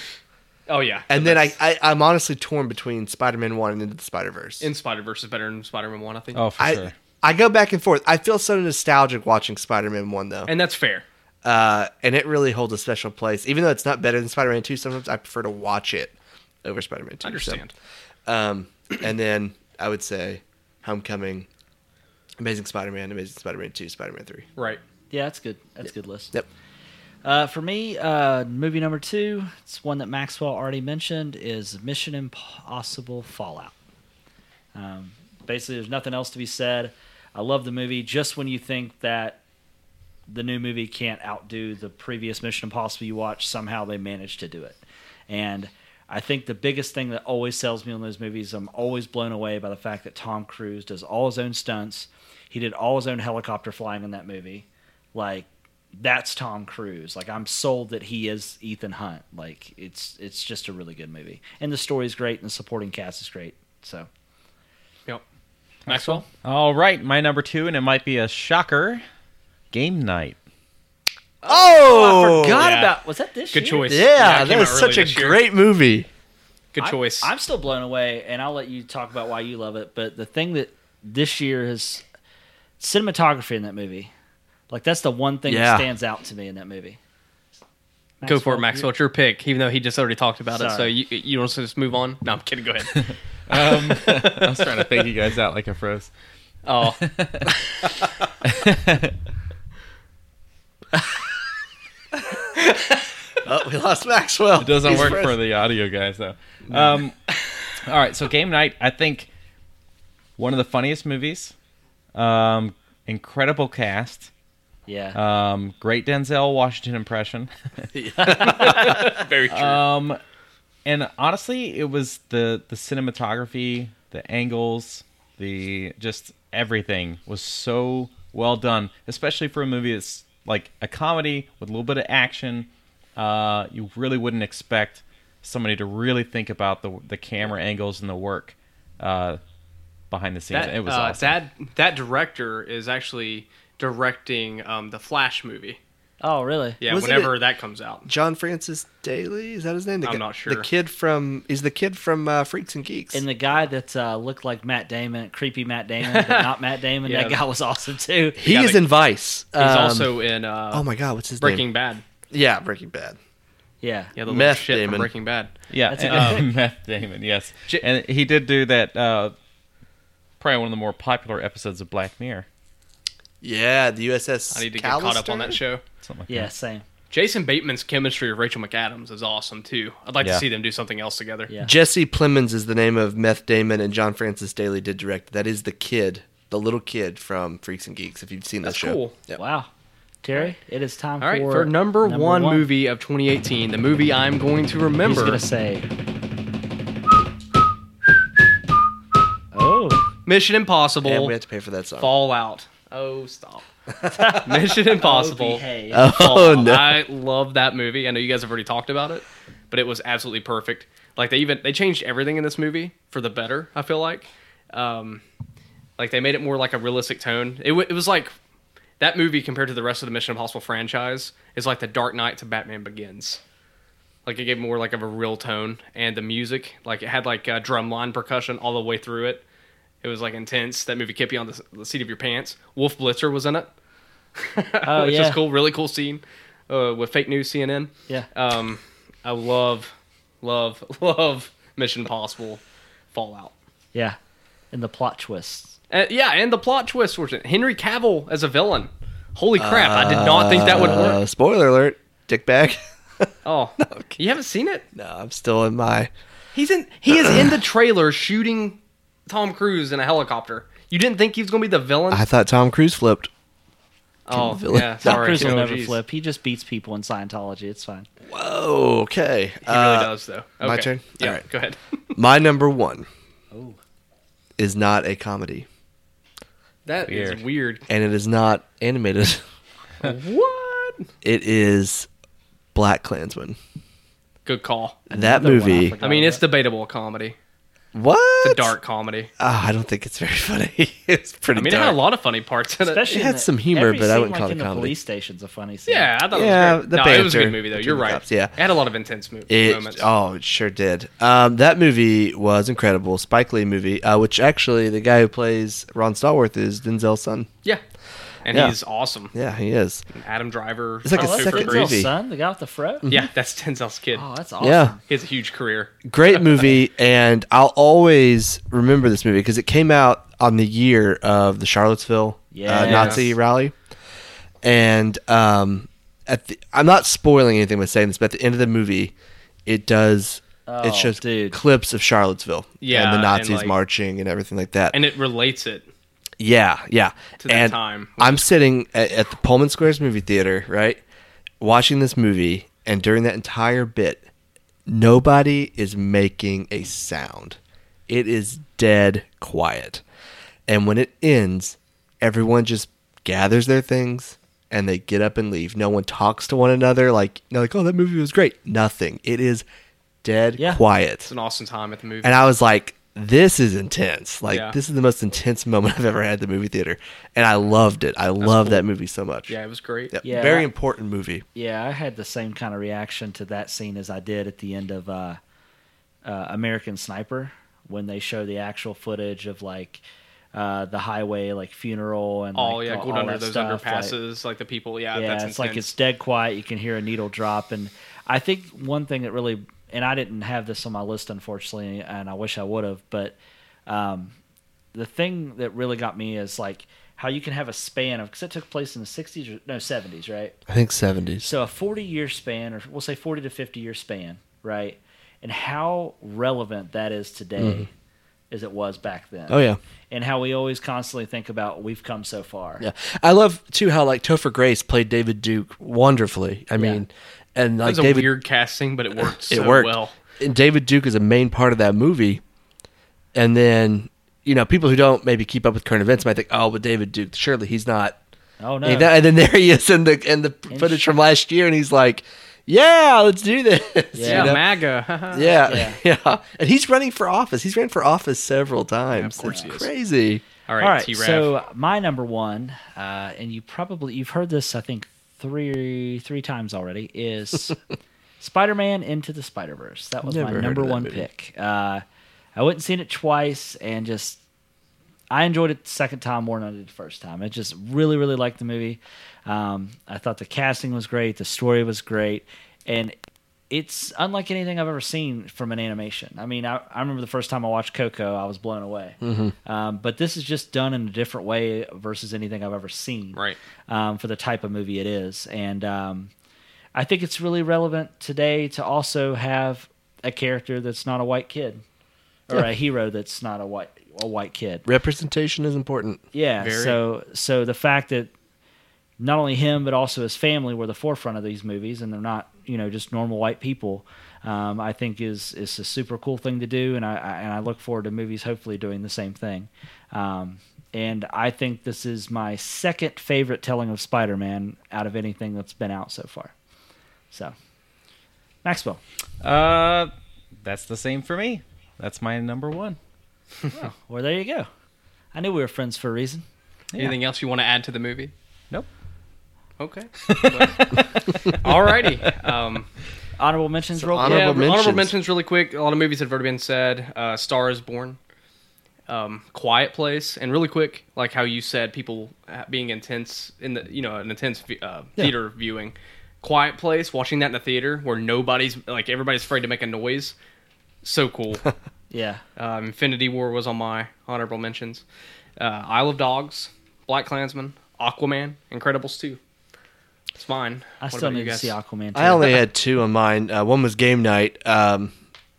Oh yeah. And The then I, best. I, I'm honestly torn between Spider Man 1 and Into the Spider Verse. in Spider Verse is better than Spider Man One, I think. Oh, for I, sure. I go back and forth. I feel so nostalgic watching Spider Man 1, though. And that's fair. uh, and it really holds a special place. Even though it's not better than Spider Man Two, sometimes I prefer to watch it over Spider Man I Two. understand. So, um, and then I would say Homecoming, Amazing Spider Man, Amazing Spider Man Two, Spider Man Three. Right. yeah, that's good. That's a good list. Yep. Uh, for me, uh, movie number two, it's one that Maxwell already mentioned, is Mission Impossible Fallout. Um, basically, there's nothing else to be said. I love the movie. Just when you think that the new movie can't outdo the previous Mission Impossible you watched, somehow they managed to do it. And I think the biggest thing that always sells me on those movies, I'm always blown away by the fact that Tom Cruise does all his own stunts. He did all his own helicopter flying in that movie. Like that's Tom Cruise. Like I'm sold that he is Ethan Hunt. Like it's it's just a really good movie. And the story's great and the supporting cast is great. So Yep. Maxwell. All right, my number two, and it might be a shocker. Game night. Oh, forgot yeah. about was that this Good year? choice. Yeah, it that came was out such early a this year. great movie. good I- choice. I'm still blown away, and I'll let you talk about why you love it. But the thing that this year is cinematography in that movie. Like that's the one thing Yeah. that stands out to me in that movie. Go for it, Maxwell. It's your pick, even though he just already talked about it. So Sorry. you you want us to just move on? No, I'm kidding. Go ahead. Um, I was trying to fake you guys out like I froze. oh, Oh, we lost Maxwell. It doesn't He's work frozen. for the audio guys though. Um, all right, so game night. I think one of the funniest movies. Um, incredible cast. Yeah. Uh, Um, great Denzel Washington impression. very true. Um, and honestly, it was the the cinematography, the angles, the just everything was so well done, especially for a movie that's like a comedy with a little bit of action. Uh, you really wouldn't expect somebody to really think about the the camera angles and the work uh, behind the scenes. that, it was uh, awesome. that that director is actually directing um, the Flash movie. oh, really? Yeah, Wasn't whenever that comes out. John Francis Daly is that his name? The I'm guy- not sure. The kid from he's the kid from uh, Freaks and Geeks. And the guy that uh, looked like Matt Damon, creepy Matt Damon, but not Matt Damon, Yeah. that guy was awesome too. he Yeah, is the- in Vice. He's Um, also in uh, oh my god, what's his Breaking name? Bad. Yeah, Breaking Bad. Yeah. Yeah, the little Meth shit Damon. from Breaking Bad. Yeah, That's a and- good pick. um, Matt Damon. Yes, J- and he did do that. Uh, probably one of the more popular episodes of Black Mirror. Yeah, the USS. I need to get caught up on that Callister? show. Something like Yeah, that. same. Jason Bateman's chemistry of Rachel McAdams is awesome too. I'd like Yeah. to see them do something else together. Yeah. Jesse Plemons is the name of Meth Damon, and John Francis Daly did direct. That is the kid, the little kid from Freaks and Geeks. If you've seen that That's show, cool. Yep. Wow. Terry, it is time All right, for, for number, one, movie of 2018, the movie I'm going to He's remember, gonna say. Oh, Mission Impossible, and we have to pay for that song. Fallout. Oh, stop. Mission Impossible. behave. Oh Fallout. no! I love that movie. I know you guys have already talked about it, but it was absolutely perfect. Like they even they changed everything in this movie for the better. I feel like, um, like they made it more like a realistic tone. It, w- it was like that movie compared to the rest of the Mission Impossible franchise is like the Dark Knight to Batman Begins. Like it gave more like of a real tone, and the music like it had like uh, drumline percussion all the way through it. It was like intense. That movie kept you on the, s- the seat of your pants. Wolf Blitzer was in it, Oh, which yeah. is cool. Really cool scene uh, with fake news CNN. Yeah. Um, I love, love, love Mission Impossible Fallout. Yeah. And the plot twists. Uh, yeah, and the plot twist was Henry Cavill as a villain. Holy crap! I did not think that would Uh, work. spoiler alert, dickbag. Oh, you haven't seen it? no, I'm still in my. He's in. He is in the trailer shooting Tom Cruise in a helicopter. You didn't think he was going to be the villain? I thought Tom Cruise flipped. oh, villain. yeah. Tom Sorry. Cruise will Oh, never geez. flip. He just beats people in Scientology. It's fine. Whoa, okay. He really does, though. Okay. Uh, my turn? Yeah. All right. Go ahead. My number one Oh. is not a comedy, That is Weird. weird. and it is not animated. What? It is Black Klansman. Good call. That Another one I movie. forgot. I mean, it's debatable comedy. What? It's a dark comedy. Ah, I don't think it's very funny. it's pretty. I mean, it dark. had a lot of funny parts in it. Especially had in the- some humor, every but I scene, wouldn't like call it in comedy. The police station's a funny scene. Yeah, I thought Yeah, it was the great. no, it was a banter good movie though. You're between the right. cops, yeah. it had a lot of intense mo- It, moments. oh, it sure did. Um, that movie was incredible. Spike Lee movie, uh, which actually the guy who plays Ron Stallworth is Denzel's son. yeah, and Yeah. he's awesome. Yeah, he is. Adam Driver. It's like Oh, a that's Super Mm. second Denzel's Grease. movie. son, the guy with the fro. Yeah, that's Denzel's kid. Oh, that's awesome. Yeah. He has a huge career. Great movie, and I'll always remember this movie because it came out on the year of the Charlottesville uh, Yes. Nazi rally. And um, at the, I'm not spoiling anything by saying this, but at the end of the movie, it does. Oh, it shows dude. clips of Charlottesville Yeah, and the and, Nazis like- marching and everything like that. And it relates it Yeah, yeah. To that and time. I'm sitting at, at the Pullman Squares movie theater, right, watching this movie, and during that entire bit, nobody is making a sound. It is dead quiet. And when it ends, everyone just gathers their things and they get up and leave. No one talks to one another. Like, they're like, oh, that movie was great. Nothing. It is dead Yeah. quiet. It's an awesome time at the movie. And I was like, this is intense. Like, Yeah. this is the most intense moment I've ever had at the movie theater. And I loved it. I love that movie so much. yeah, it was great. Yep. Yeah. Very important movie. Yeah, I had the same kind of reaction to that scene as I did at the end of uh, uh, American Sniper when they show the actual footage of like uh, the highway, like funeral and Oh like, yeah, all- going all under that those stuff, like- underpasses, like, the people. Yeah, yeah, that's it's like intense. it's dead quiet. You can hear a needle drop, and I think one thing that really, and I didn't have this on my list unfortunately, and I wish I would have, but um, the thing that really got me is like how you can have a span of because it took place in the '60s or no '70s, right? I think 70s. So a 40 year span, or we'll say 40 to 50 year span, right? And how relevant that is today as it was back then. Mm-hmm. Oh, yeah. And how we always constantly think about we've come so far. Yeah. I love, too, how, like, Topher Grace played David Duke wonderfully. I mean, and, It like, was a David. weird casting, but it worked. it so worked. well. And David Duke is a main part of that movie. And then, you know, people who don't maybe keep up with current events might think, oh, but David Duke, surely he's not Oh no. And, that- and then there he is in the in the footage from last year, and he's like, "Yeah, let's do this." you Yeah, Yeah, know? MAGA. yeah, yeah, And he's running for office. He's ran for office several times. course he That's is. crazy. All All right. T. Rav. So my number one, uh, and you probably you've heard this I think three three times already is Spider-Man Into the Spider-Verse. That was Never heard my of number that one movie. pick. Uh, I went and seen it twice, and just I enjoyed it the second time more than I did the first time. I just really, really liked the movie. Um, I thought the casting was great, the story was great, and it's unlike anything I've ever seen from an animation. I mean, I, I remember the first time I watched Coco, I was blown away. Um, but this is just done in a different way versus anything I've ever seen Right. um, for the type of movie it is. And um, I think it's really relevant today to also have a character that's not a white kid or a hero that's not a white a white kid. Representation is important. Yeah. Very. So so the fact that not only him but also his family were the forefront of these movies, and they're not you know just normal white people. Um, I think is is a super cool thing to do, and I, I and I look forward to movies hopefully doing the same thing. Um, and I think this is my second favorite telling of Spider-Man out of anything that's been out so far. So, Maxwell, Uh, that's the same for me. That's my number one. well there you go. I knew we were friends for a reason. Anything else you want to add to the movie? Nope. Okay. Alrighty. Um, Honorable mentions, real quick. Honorable yeah, honorable mentions. mentions really quick. A lot of movies that have already been said. Uh, Star is Born, um, Quiet Place, and really quick, like how you said, people uh, being intense in the you know an intense vi- uh, theater viewing. Quiet Place, watching that in the theater where nobody's like everybody's afraid to make a noise. So cool. yeah. Um, Infinity War was on my honorable mentions. Uh, Isle of Dogs, Black Klansman, Aquaman, Incredibles 2. It's mine. I What still about you need to guys? see Aquaman. I too. only had two on mine. Uh, one was game night. Um,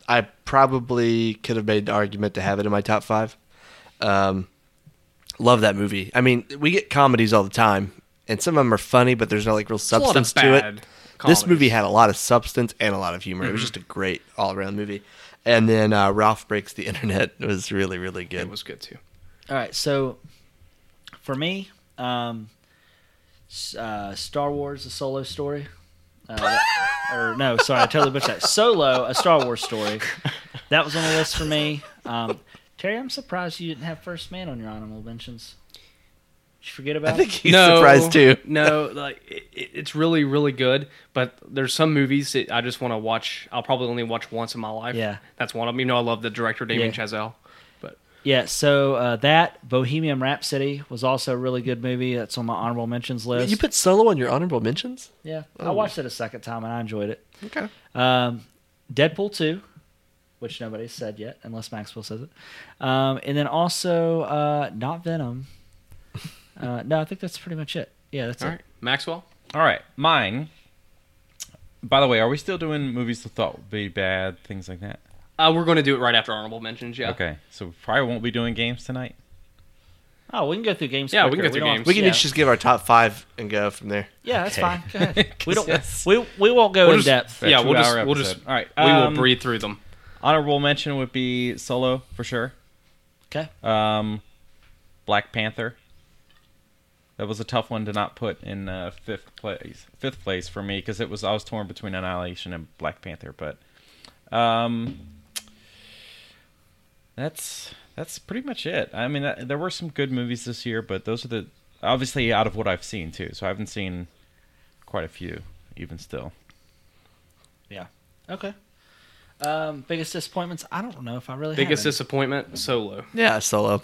I probably could have made the argument to have it in my top five. Um, love that movie. I mean, we get comedies all the time, and some of them are funny, but there's no like a real lot of substance to bad it. This comedies. Mm-hmm. movie had a lot of substance and a lot of humor. It was just a great all around movie. And then uh, Ralph breaks the internet was really really good. It was good too. All right, so for me, um, s- uh, Star Wars: A Solo Story, uh, that- or no, sorry, I totally butchered that. Solo: A Star Wars Story. That was on the list for me. Um, Terry, I'm surprised you didn't have First Man on your honorable mentions. Did you forget I about? think it? he's surprised too. no, like it, it- it's really, really good. But there's some movies that I just want to watch. I'll probably only watch once in my life. Yeah. that's one of them. You know, I love the director Damien Yeah. Chazelle. But Yeah, so uh, that Bohemian Rhapsody was also a really good movie. That's on my honorable mentions list. You put Oh. Solo on your honorable mentions. yeah, I watched it a second time and I enjoyed it. Okay. Um, Deadpool 2, which nobody's said yet, unless Maxwell says it. Um, and then also, uh, not Venom. Uh, no, I think that's pretty much it. Yeah, that's all it. right, Maxwell. All right, mine. By the way, are we still doing movies that thought would be bad, things like that? Uh, we're going to do it right after honorable mentions. Yeah. Okay, so we probably won't be doing games tonight. Oh, we can go through games. Yeah, we quicker. can go through don't have games. to- We can yeah. each just give our top five and go from there. Yeah, that's Okay. fine. Go ahead. we don't. Yes. We we won't go We'll in just- depth. Yeah, we'll just- Two-hour we'll just- episode. all right. We um, will breathe through them. Honorable mention would be Solo for sure. Okay. Um, Black Panther. That was a tough one to not put in uh, fifth place. Fifth place for me because it was I was torn between Annihilation and Black Panther, but um, that's that's pretty much it. I mean, uh, there were some good movies this year, but those are the obviously out of what I've seen too. So I haven't seen quite a few, even still. Yeah. Okay. Um, biggest disappointments? I don't know if I really Biggest haven't. disappointment, Solo. Yeah, solo.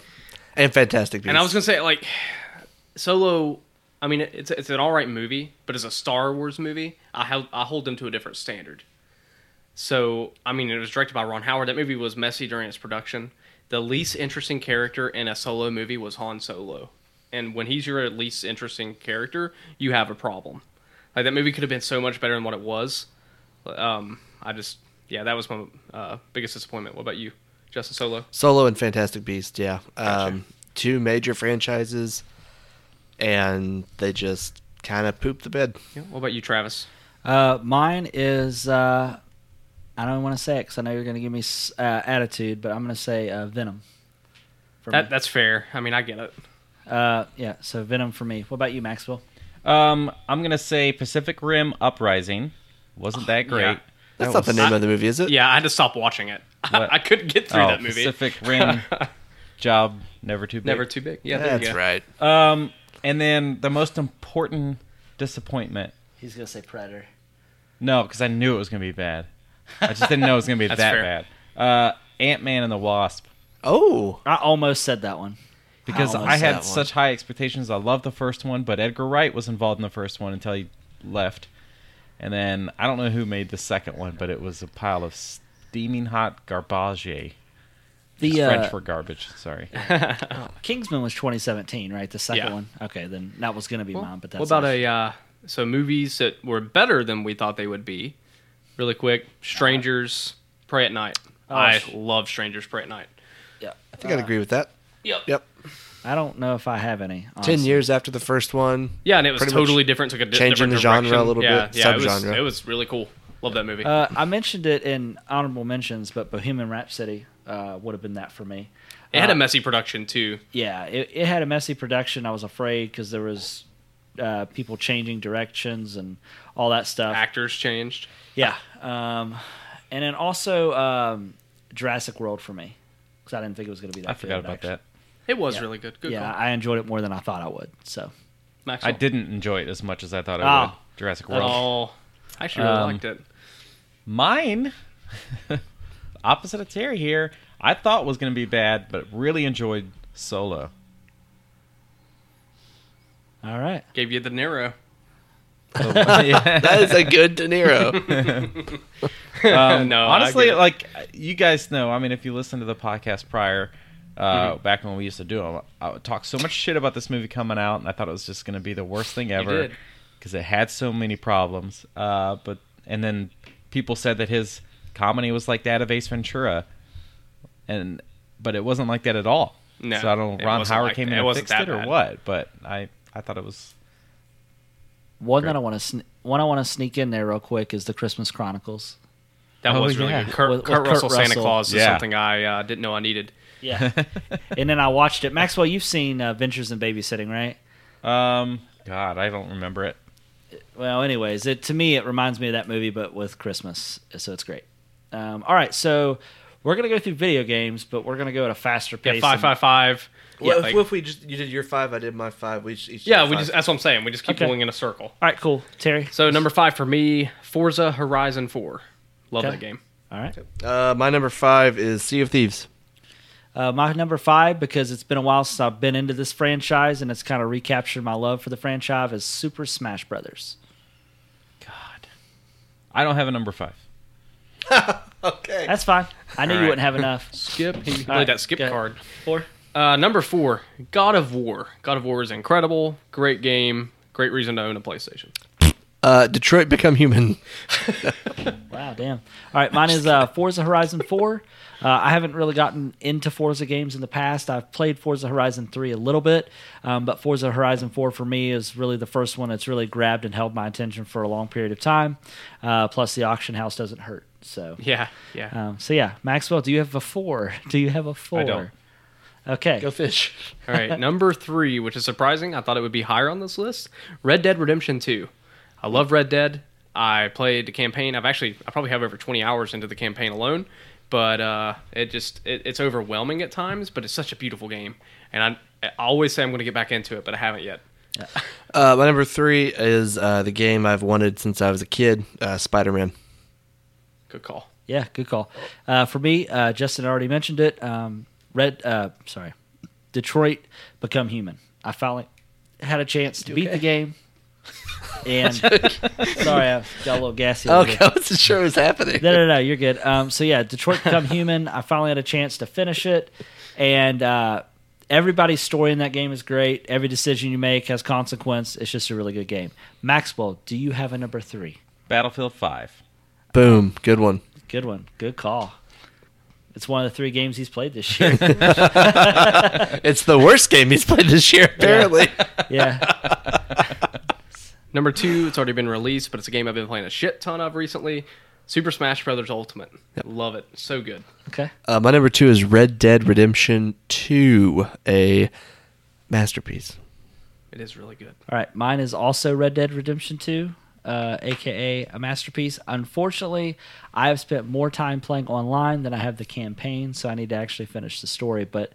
And fantastic. Beasts. And I was gonna say like, Solo. I mean, it's it's an all right movie, but as a Star Wars movie, I held I hold them to a different standard. So I mean, it was directed by Ron Howard. That movie was messy during its production. The least interesting character in a Solo movie was Han Solo, and when he's your least interesting character, you have a problem. Like that movie could have been so much better than what it was. Um, I just yeah, that was my uh, biggest disappointment. What about you, Justin Solo? Solo and Fantastic Beast, yeah. Um, two major franchises, and they just kind of pooped the bed. Yeah, what about you, Travis? Uh, mine is. Uh, I don't want to say it because I know you're going to give me s- uh, attitude, but I'm going to say uh, Venom. For That me. that's fair. I mean, I get it. Uh, yeah. So Venom for me. What about you, Maxwell? Um, I'm gonna say Pacific Rim Uprising. Wasn't that great? yeah. That That's not the was- name of the movie, is it? Yeah, I had to stop watching it. What? I couldn't get through oh, that movie. Pacific Rim job never too big. Never too big. Yeah, there you that's go. right. Um, and then the most important disappointment. He's going to say Predator. No, because I knew it was gonna be bad. I just didn't know it was gonna be that That's fair. bad. Uh, Ant Man and the Wasp. Oh, I almost said that one. Because almost I that had one. such high expectations. I loved the first one, but Edgar Wright was involved in the first one until he left. And then I don't know who made the second one, but it was a pile of steaming hot garbage. The uh, French for garbage. Sorry. Kingsman was 2017, right? The second Yeah. one. Okay, then that was going to be mine, but that's what about not- a uh, so movies that were better than we thought they would be? Really quick, Strangers Pray at Night. I sh- love Strangers Pray at Night. Yeah. I think I'd agree with that. Yep. Yep. I don't know if I have any. Ten honestly. years after the first one. Yeah, and it was Pretty much totally different. Took a di- changing different the genre a direction. little yeah, bit, Yeah, it was, subgenre. it was really cool. Love that movie. Uh, I mentioned it in honorable mentions, but Bohemian Rhapsody uh, would have been that for me. it had uh, a messy production too. Yeah, it, it had a messy production. I was afraid because there was uh, people changing directions and all that stuff. Actors changed. Yeah, um, and then also um, Jurassic World for me because I didn't think it was going to be that. I forgot good, about actually. that. It was Yeah. really good. Good yeah, call. I enjoyed it more than I thought I would. So I Maxwell. didn't enjoy it as much as I thought I Ah. would. Jurassic World. Oh, I actually really Um, liked it. Mine, opposite of Terry here, I thought was going to be bad, but really enjoyed Solo. all right, Gave you the Nero. Yeah. That is a good De Niro. Um, No, I honestly, get it. like you guys know, I mean, if you listen to the podcast prior, uh, Mm-hmm. back when we used to do them, I would talk so much shit about this movie coming out, and I thought it was just going to be the worst thing ever did. because it had so many problems. Uh, but and then people said that his comedy was like that of Ace Ventura, and but it wasn't like that at all. No, so I don't. know it Ron wasn't Howard like came that. in It and wasn't fixed it that or bad. what? But I I thought it was one Great. that I want to sne- one I want to sneak in there real quick is the Christmas Chronicles. That Oh, was really yeah. good. Kurt, With- with Kurt Kurt Russell, Santa Russell. Claus is Yeah. something I uh, didn't know I needed. Yeah. and then I watched it. Maxwell, you've seen uh, Ventures in Babysitting, right? um God I don't remember it. Well, anyways, it to me it reminds me of that movie, but with Christmas, so it's great. Um, all right, so we're gonna go through video games, but we're gonna go at a faster pace. Yeah, five, and- five, five. Yeah, Well, if, like- what if we just you did your five, I did my five. We each, each did yeah, our we five. just that's what I'm saying. We just keep Okay. going in a circle. All right, cool, Terry. So number five for me, Forza Horizon Four. Love Okay. that game. All right, Uh, my number five is Sea of Thieves. uh, my number five because it's been a while since I've been into this franchise, and it's kind of recaptured my love for the franchise is Super Smash Brothers. God, I don't have a number five. Okay. That's fine. I knew All you right. wouldn't have enough. Skip. He played right, that skip go ahead. card. Four. Uh, number four, God of War. God of War is incredible. Great game. Great reason to own a PlayStation. Uh, Detroit Become Human. Wow, damn. All right, mine is uh, Forza Horizon 4. Uh, I haven't really gotten into Forza games in the past. I've played Forza Horizon 3 a little bit, um, but Forza Horizon 4 for me is really the first one that's really grabbed and held my attention for a long period of time. Uh, plus, the auction house doesn't hurt. So, Yeah, yeah. um, so yeah, Maxwell, do you have a four? Do you have a four? don't. Okay. Go fish. All right, number three, which is surprising. I thought it would be higher on this list. Red Dead Redemption Two. I love Red Dead. I played the campaign. I've actually I probably have over 20 hours into the campaign alone, but uh, it just it, it's overwhelming at times. But it's such a beautiful game, and I, I always say I'm going to get back into it, but I haven't yet. Uh, my number three is uh, the game I've wanted since I was a kid, uh, Spider Man. Good call. Yeah, good call. Uh, for me, uh, Justin already mentioned it. Um, Red, uh, sorry, Detroit Become Human. I finally had a chance to beat the game, and sorry, I got a little gassy. over Okay, here. I wasn't sure what was happening. No, no, no, you're good. Um, so yeah, Detroit Become Human. I finally had a chance to finish it, and uh, everybody's story in that game is great. Every decision you make has consequence. It's just a really good game. Maxwell, do you have a number three? Battlefield 5. Boom. Good one. Good one. Good call. It's one of the three games he's played this year. It's the worst game he's played this year, apparently. yeah. Number two, it's already been released, but it's a game I've been playing a shit ton of recently. Super Smash Brothers Ultimate. Love it. So good. Okay. Uh, my number two is Red Dead Redemption 2, a masterpiece. It is really good. All right. Mine is also Red Dead Redemption 2, uh, aka a masterpiece. Unfortunately, I have spent more time playing online than I have the campaign, so I need to actually finish the story. But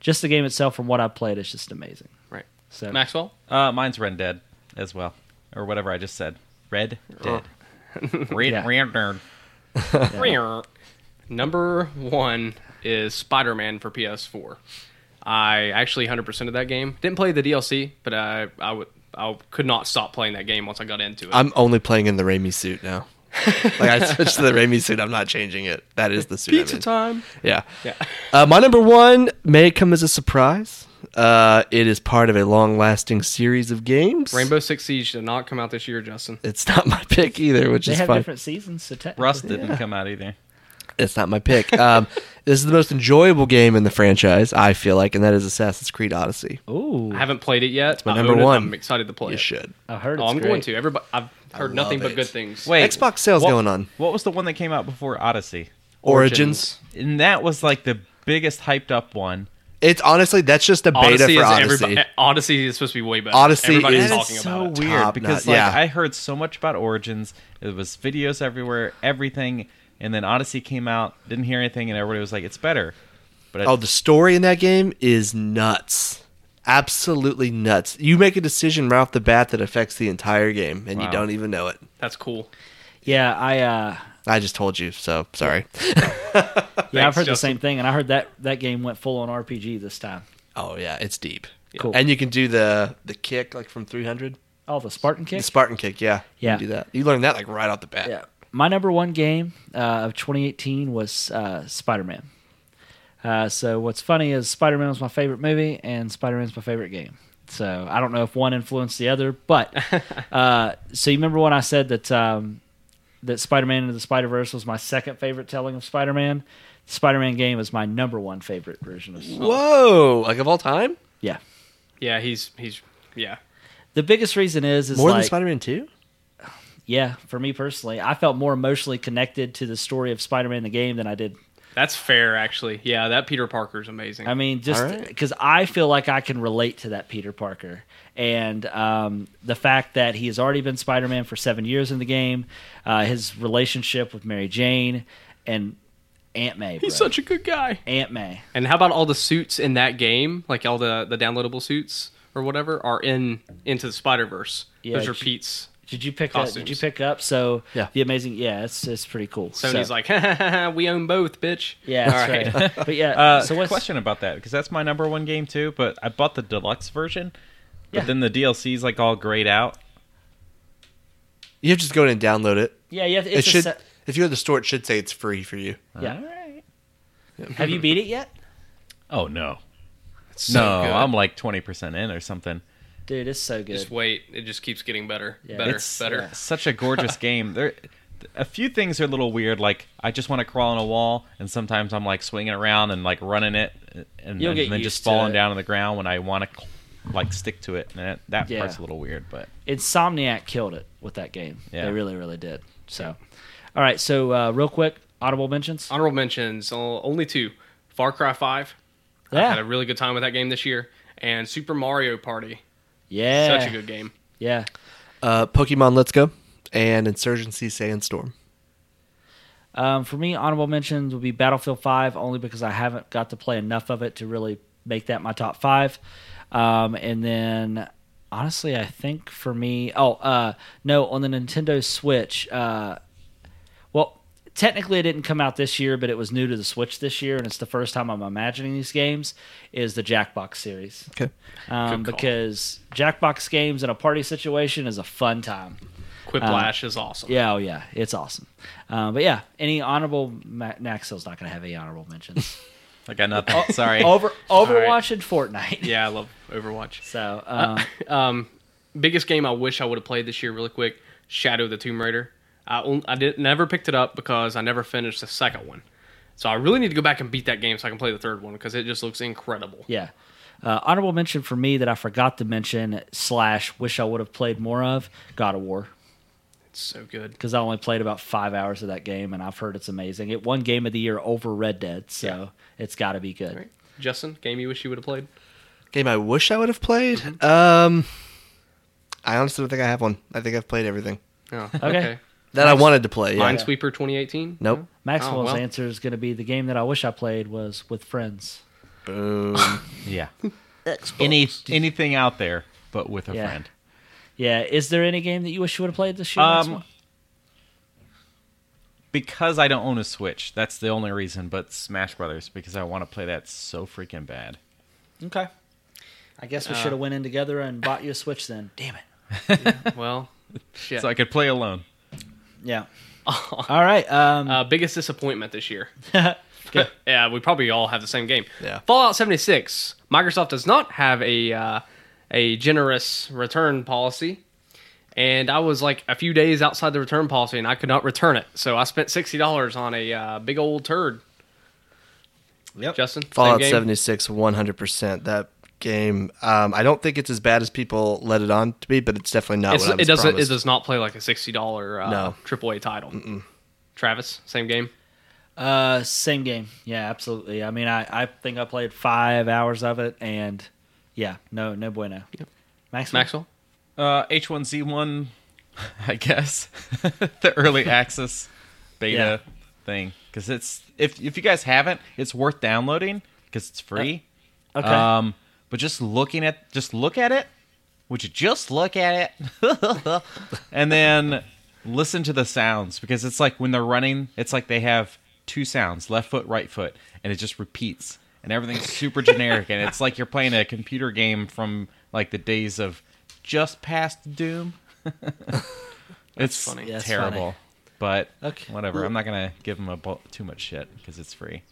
just the game itself, from what I've played, it's just amazing. Right. So Maxwell? Uh, mine's Red Dead as well, or whatever I just said. Red Oh. Dead. Red, Yeah. Red Dead. Number one is Spider Man for PS4. I actually 100% of that game. Didn't play the DLC, but I, I, would, I could not stop playing that game once I got into it. I'm only playing in the Raimi suit now. like, I switched to the Raimi suit. I'm not changing it. That is the suit. I'm in. time. Yeah. Yeah. Uh, my number one may come as a surprise. Uh, it is part of a long lasting series of games. Rainbow Six Siege did not come out this year, Justin. It's not my pick either, which they is have fun. different seasons. So technically- Rust didn't come out either. It's not my pick. Um, this is the most enjoyable game in the franchise, I feel like, and that is Assassin's Creed Odyssey. Ooh. I haven't played it yet. It's my number one. I'm excited to play You it. should. I heard Oh, it's I'm great. going to. Everybody, I've heard nothing love but it. good things. Wait, Xbox sales what- going on. What was the one that came out before Odyssey? Origins. And that was like the biggest hyped up one. It's honestly that's just a beta Odyssey for is Odyssey. everybody. Odyssey is supposed to be way better. Odyssey Everybody's is- That talking is about so it. weird Top because notch, like yeah. I heard so much about Origins. It was videos everywhere, everything, and then Odyssey came out. Didn't hear anything, and everybody was like, "It's better." But I, Oh, the story in that game is nuts. Absolutely nuts. You make a decision right off the bat that affects the entire game, and you Wow. don't even know it. That's cool. Yeah, I. Uh, I just told you, so sorry. yeah, I've Thanks, heard the Justin. same thing, and I heard that that game went full on RPG this time. oh yeah, it's deep. Cool. And you can do the the kick like from 300, Oh, the Spartan the kick. Spartan kick. Yeah, you Yeah. can do that. You learn that like right off the bat. Yeah. My number one game uh, of 2018 was uh, Spider Man. Uh, so what's funny is Spider Man was my favorite movie, and Spider Man's my favorite game. So I don't know if one influenced the other, but uh, so you remember when I said that um, that Spider Man into the Spider Verse was my second favorite telling of Spider Man. Spider Man game is my number one favorite version of. Whoa! Like of all time, Yeah. Yeah, he's he's yeah. The biggest reason is is more than like, Spider-Man Two. yeah, for me personally, I felt more emotionally connected to the story of Spider Man the game than I did That's fair, actually. Yeah, that Peter Parker's amazing. I mean, just All right. because I feel like I can relate to that Peter Parker. And um, the fact that he has already been Spider Man for seven years in the game, uh, his relationship with Mary Jane and Aunt May. he's bro. such a good guy. Aunt May. And how about all the suits in that game? Like all the the downloadable suits or whatever are in into the Spider Verse. Yeah, Those are she- Pete's. Did you pick up? Did Costumes. you pick up? So Yeah. the amazing. Yeah, it's it's pretty cool. Sony's so, like, "Ha, ha, ha, ha, we own both, bitch. yeah, that's All right. right. but yeah, uh, so what's question about that because that's my number one game too. But I bought the deluxe version, but Yeah. then the DLC's like all grayed out. You have to just go in and download it. Yeah, yeah, it's it a should. set- If you go to the store, it should say it's free for you. yeah. All right. Have you beat it yet? Oh no. So no, good. I'm like 20% in or something. Dude, it's so good. Just wait. It just keeps getting better, Yeah. better, it's better. yeah. such a gorgeous game. There, a few things are a little weird. Like I just want to crawl on a wall, and sometimes I'm like swinging around and like running it, and, You'll then- get and then used just to falling it. down on the ground when I want to like stick to it. And that, that Yeah. part's a little weird, but Insomniac killed it with that game. Yeah. They really, really did. So, all right. So, uh, real quick, audible mentions. Honorable mentions o- only two: Far Cry Five. I had a Yeah, really good time with that game this year, and Super Mario Party. yeah, Such a good game. yeah. Uh, Pokemon Let's Go and Insurgency Sandstorm. Um, for me, honorable mentions will be Battlefield 5, only because I haven't got to play enough of it to really make that my top five. Um, and then, honestly, I think for me, oh, uh, no, on the Nintendo Switch, uh, well, technically it didn't come out this year, but it was new to the Switch this year, and it's the first time I'm imagining these games, is the Jackbox series. Okay. Um, Good call. because Jackbox games in a party situation is a fun time. Quiplash is awesome. Yeah, oh yeah, it's awesome. Uh, but yeah, any honorable Ma- Naxil's not going to have any honorable mentions. I got nothing. Oh. Sorry. Over Overwatch right. and Fortnite. Yeah, I love Overwatch. So um, Um, biggest game I wish I would have played this year, really quick: Shadow of the Tomb Raider. I on- I did never picked it up because I never finished the second one, so I really need to go back and beat that game so I can play the third one because it just looks incredible. yeah, uh, honorable mention for me that I forgot to mention slash wish I would have played more of God of War It's so good. because I only played about five hours of that game and I've heard it's amazing. It won Game of the Year over Red Dead, so it's got to be good. Right. Justin, game you wish you would have played? Game I wish I would have played. Um, I honestly don't think I have one. I think I've played everything Oh, that I wanted to play. Yeah. Minesweeper 2018. Nope. Maxwell's Oh, well. answer is going to be the game that I wish I played was with friends. Boom. yeah. Any anything out there, but with a Yeah. friend. Yeah, is there any game that you wish you would have played this year? Maxwell? Um, because I don't own a Switch. That's the only reason. But Smash Brothers, because I want to play that so freaking bad. Okay. I guess we should have went in together and bought you a Switch then. Damn it. Well, shit. So I could play alone. Yeah. All right. Um, uh, biggest disappointment this year. good. yeah, we probably all have the same game. Yeah. Fallout 76. Microsoft does not have a uh, a generous return policy. And I was like a few days outside the return policy and I could not return it. So I spent $60 on a uh, big old turd. Yep. Justin, same Fallout game? 76, 100%. That game, um, I don't think it's as bad as people let it on to be, but it's definitely not It's- what I it was doesn't promised. it does not play like a $60 uh, No. AAA title. Travis, same game. Uh, same game. Yeah, absolutely. I mean, I, I think I played five hours of it, and yeah, no, no bueno. Maxwell. Maxwell? Uh, H1Z1, I guess the early access beta Yeah. thing because it's if if you guys haven't, it's worth downloading because it's free. Okay. Um, but just looking at just look at it. Would you just look at it? and then listen to the sounds because it's like when they're running, it's like they have two sounds, left foot, right foot, and it just repeats. And everything's super generic and it's like you're playing a computer game from like the days of just past Doom. it's funny. funny. Yeah, it's terrible. funny. But Okay. whatever. I'm not going to give them a bu- too much shit because it's free.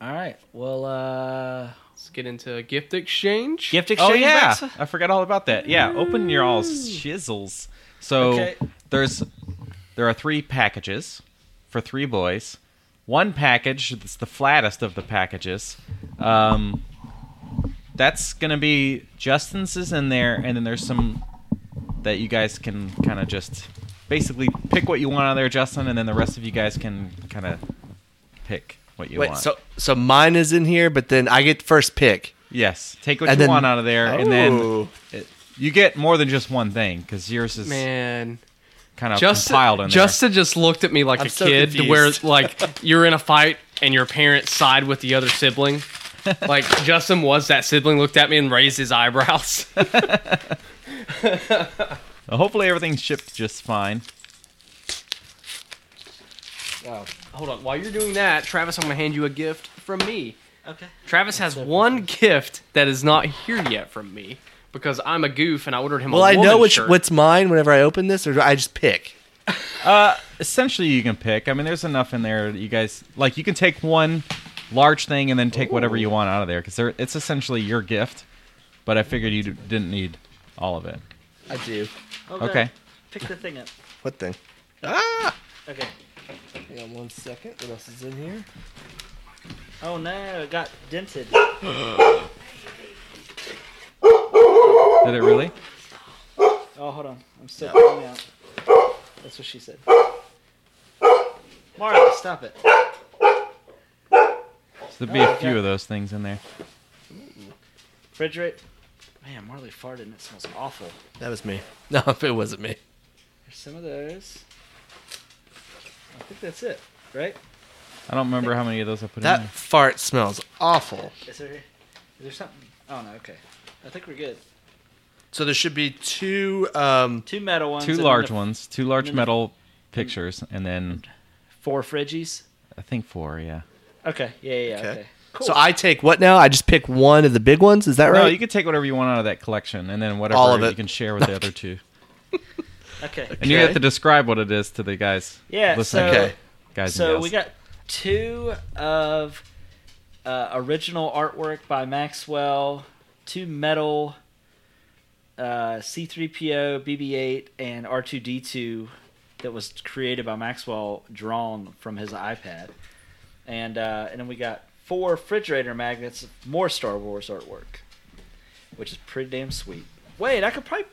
All right. Well, uh, Let's get into gift exchange. gift exchange. Oh yeah, Max? I forgot all about that. Yeah, open your all Hmm. shizzles. So Okay. there's there are three packages for three boys. One package that's the flattest of the packages. Um, that's gonna be Justin's is in there, and then there's some that you guys can kind of just basically pick what you want out of there, Justin, and then the rest of you guys can kind of pick what you Wait, want. so so mine is in here, but then I get first pick. Yes, take what And you then- want out of there, and Oh. then it, you get more than just one thing because yours is Man. kind of Justin, compiled in Justin just looked at me like I'm a so kid, confused. where like you're in a fight and your parents side with the other sibling. Like Justin was that sibling, looked at me and raised his eyebrows. there. Hopefully, everything's shipped just fine. Hold on, while you're doing that, Travis, I'm gonna hand you a gift from me. Okay. Travis has one gift that is not here yet from me because I'm a goof and I ordered him. Well, a I know woman's which shirt. what's mine whenever I open this, or do I just pick. Essentially, you can pick. I mean, there's enough in there. That you guys like you can take one large thing and then take whatever you want out of there because it's essentially your gift. but I figured you d- didn't need all of it. I do. Okay. Okay. Oh, Pick the thing up. What thing? Ah! Okay. Hang on one second. What else is in here? Oh no, it got dented. Did it really? Oh, hold on. I'm still pulling out. That's what she said. Marla, stop it. So there'd be a few of those things in there. Refrigerate. Man, Marley farted and it smells awful. That was me. No, it wasn't me. Here's some of those. I think that's it, right? I don't remember how many of those I put in That there. fart smells awful. Is there, is there something? Oh no, okay. I think we're good. So there should be two. Um, Two metal ones. Two and large then ones, two large and then the- metal pictures, and then Four fridgies. I think four, yeah. Okay. Yeah, yeah, yeah, Okay. okay. Cool. So I take what now? I just pick one of the big ones. Is that No, right? you can take whatever you want out of that collection, and then whatever All of you it. can share with the other two. okay. And you have Okay. to describe what it is to the guys. Yeah, listening. so- Okay. Guys and So gals. we got two of uh, original artwork by Maxwell, two metal uh, C3PO, BB8, and R2D2 that was created by Maxwell, drawn from his iPad, and uh, and then we got four refrigerator magnets, of more Star Wars artwork, which is pretty damn sweet. Wait, I could probably.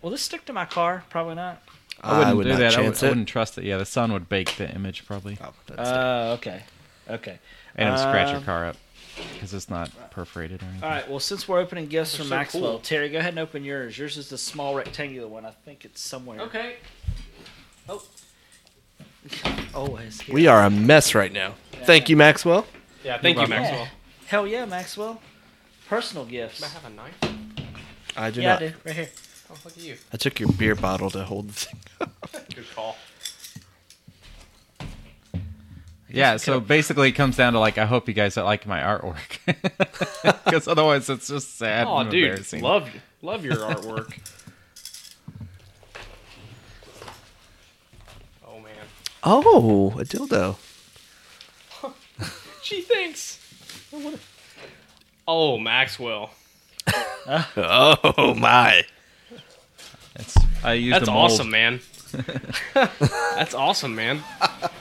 Will this stick to my car? Probably not. I wouldn't would do not that. I, would, chance I it. wouldn't trust it. Yeah, the sun would bake the image probably, Oh, that's it. Uh, okay, okay. and it would scratch your Um, car up because it's not perforated or anything. All right. Well, since we're opening gifts from so Maxwell, cool. Terry, go ahead and open yours. Yours is the small rectangular one. I think it's somewhere. Okay. Always. Here. we are a mess right now. Thank you, Maxwell. Yeah, thank you, welcome. Maxwell. Hell yeah, Maxwell. Personal gifts. I have a knife. I do yeah, not. I do. Right here. Oh, look at you. I took your beer bottle to hold the thing. Good call. Yeah, so basically it comes down to like I hope you guys like my artwork because otherwise it's just sad. Oh, and dude, embarrassing. love love your artwork. oh man. Oh, a dildo. Gee, thanks. Oh, Maxwell. Oh my! It's, I used That's a mold. awesome, man. That's awesome, man.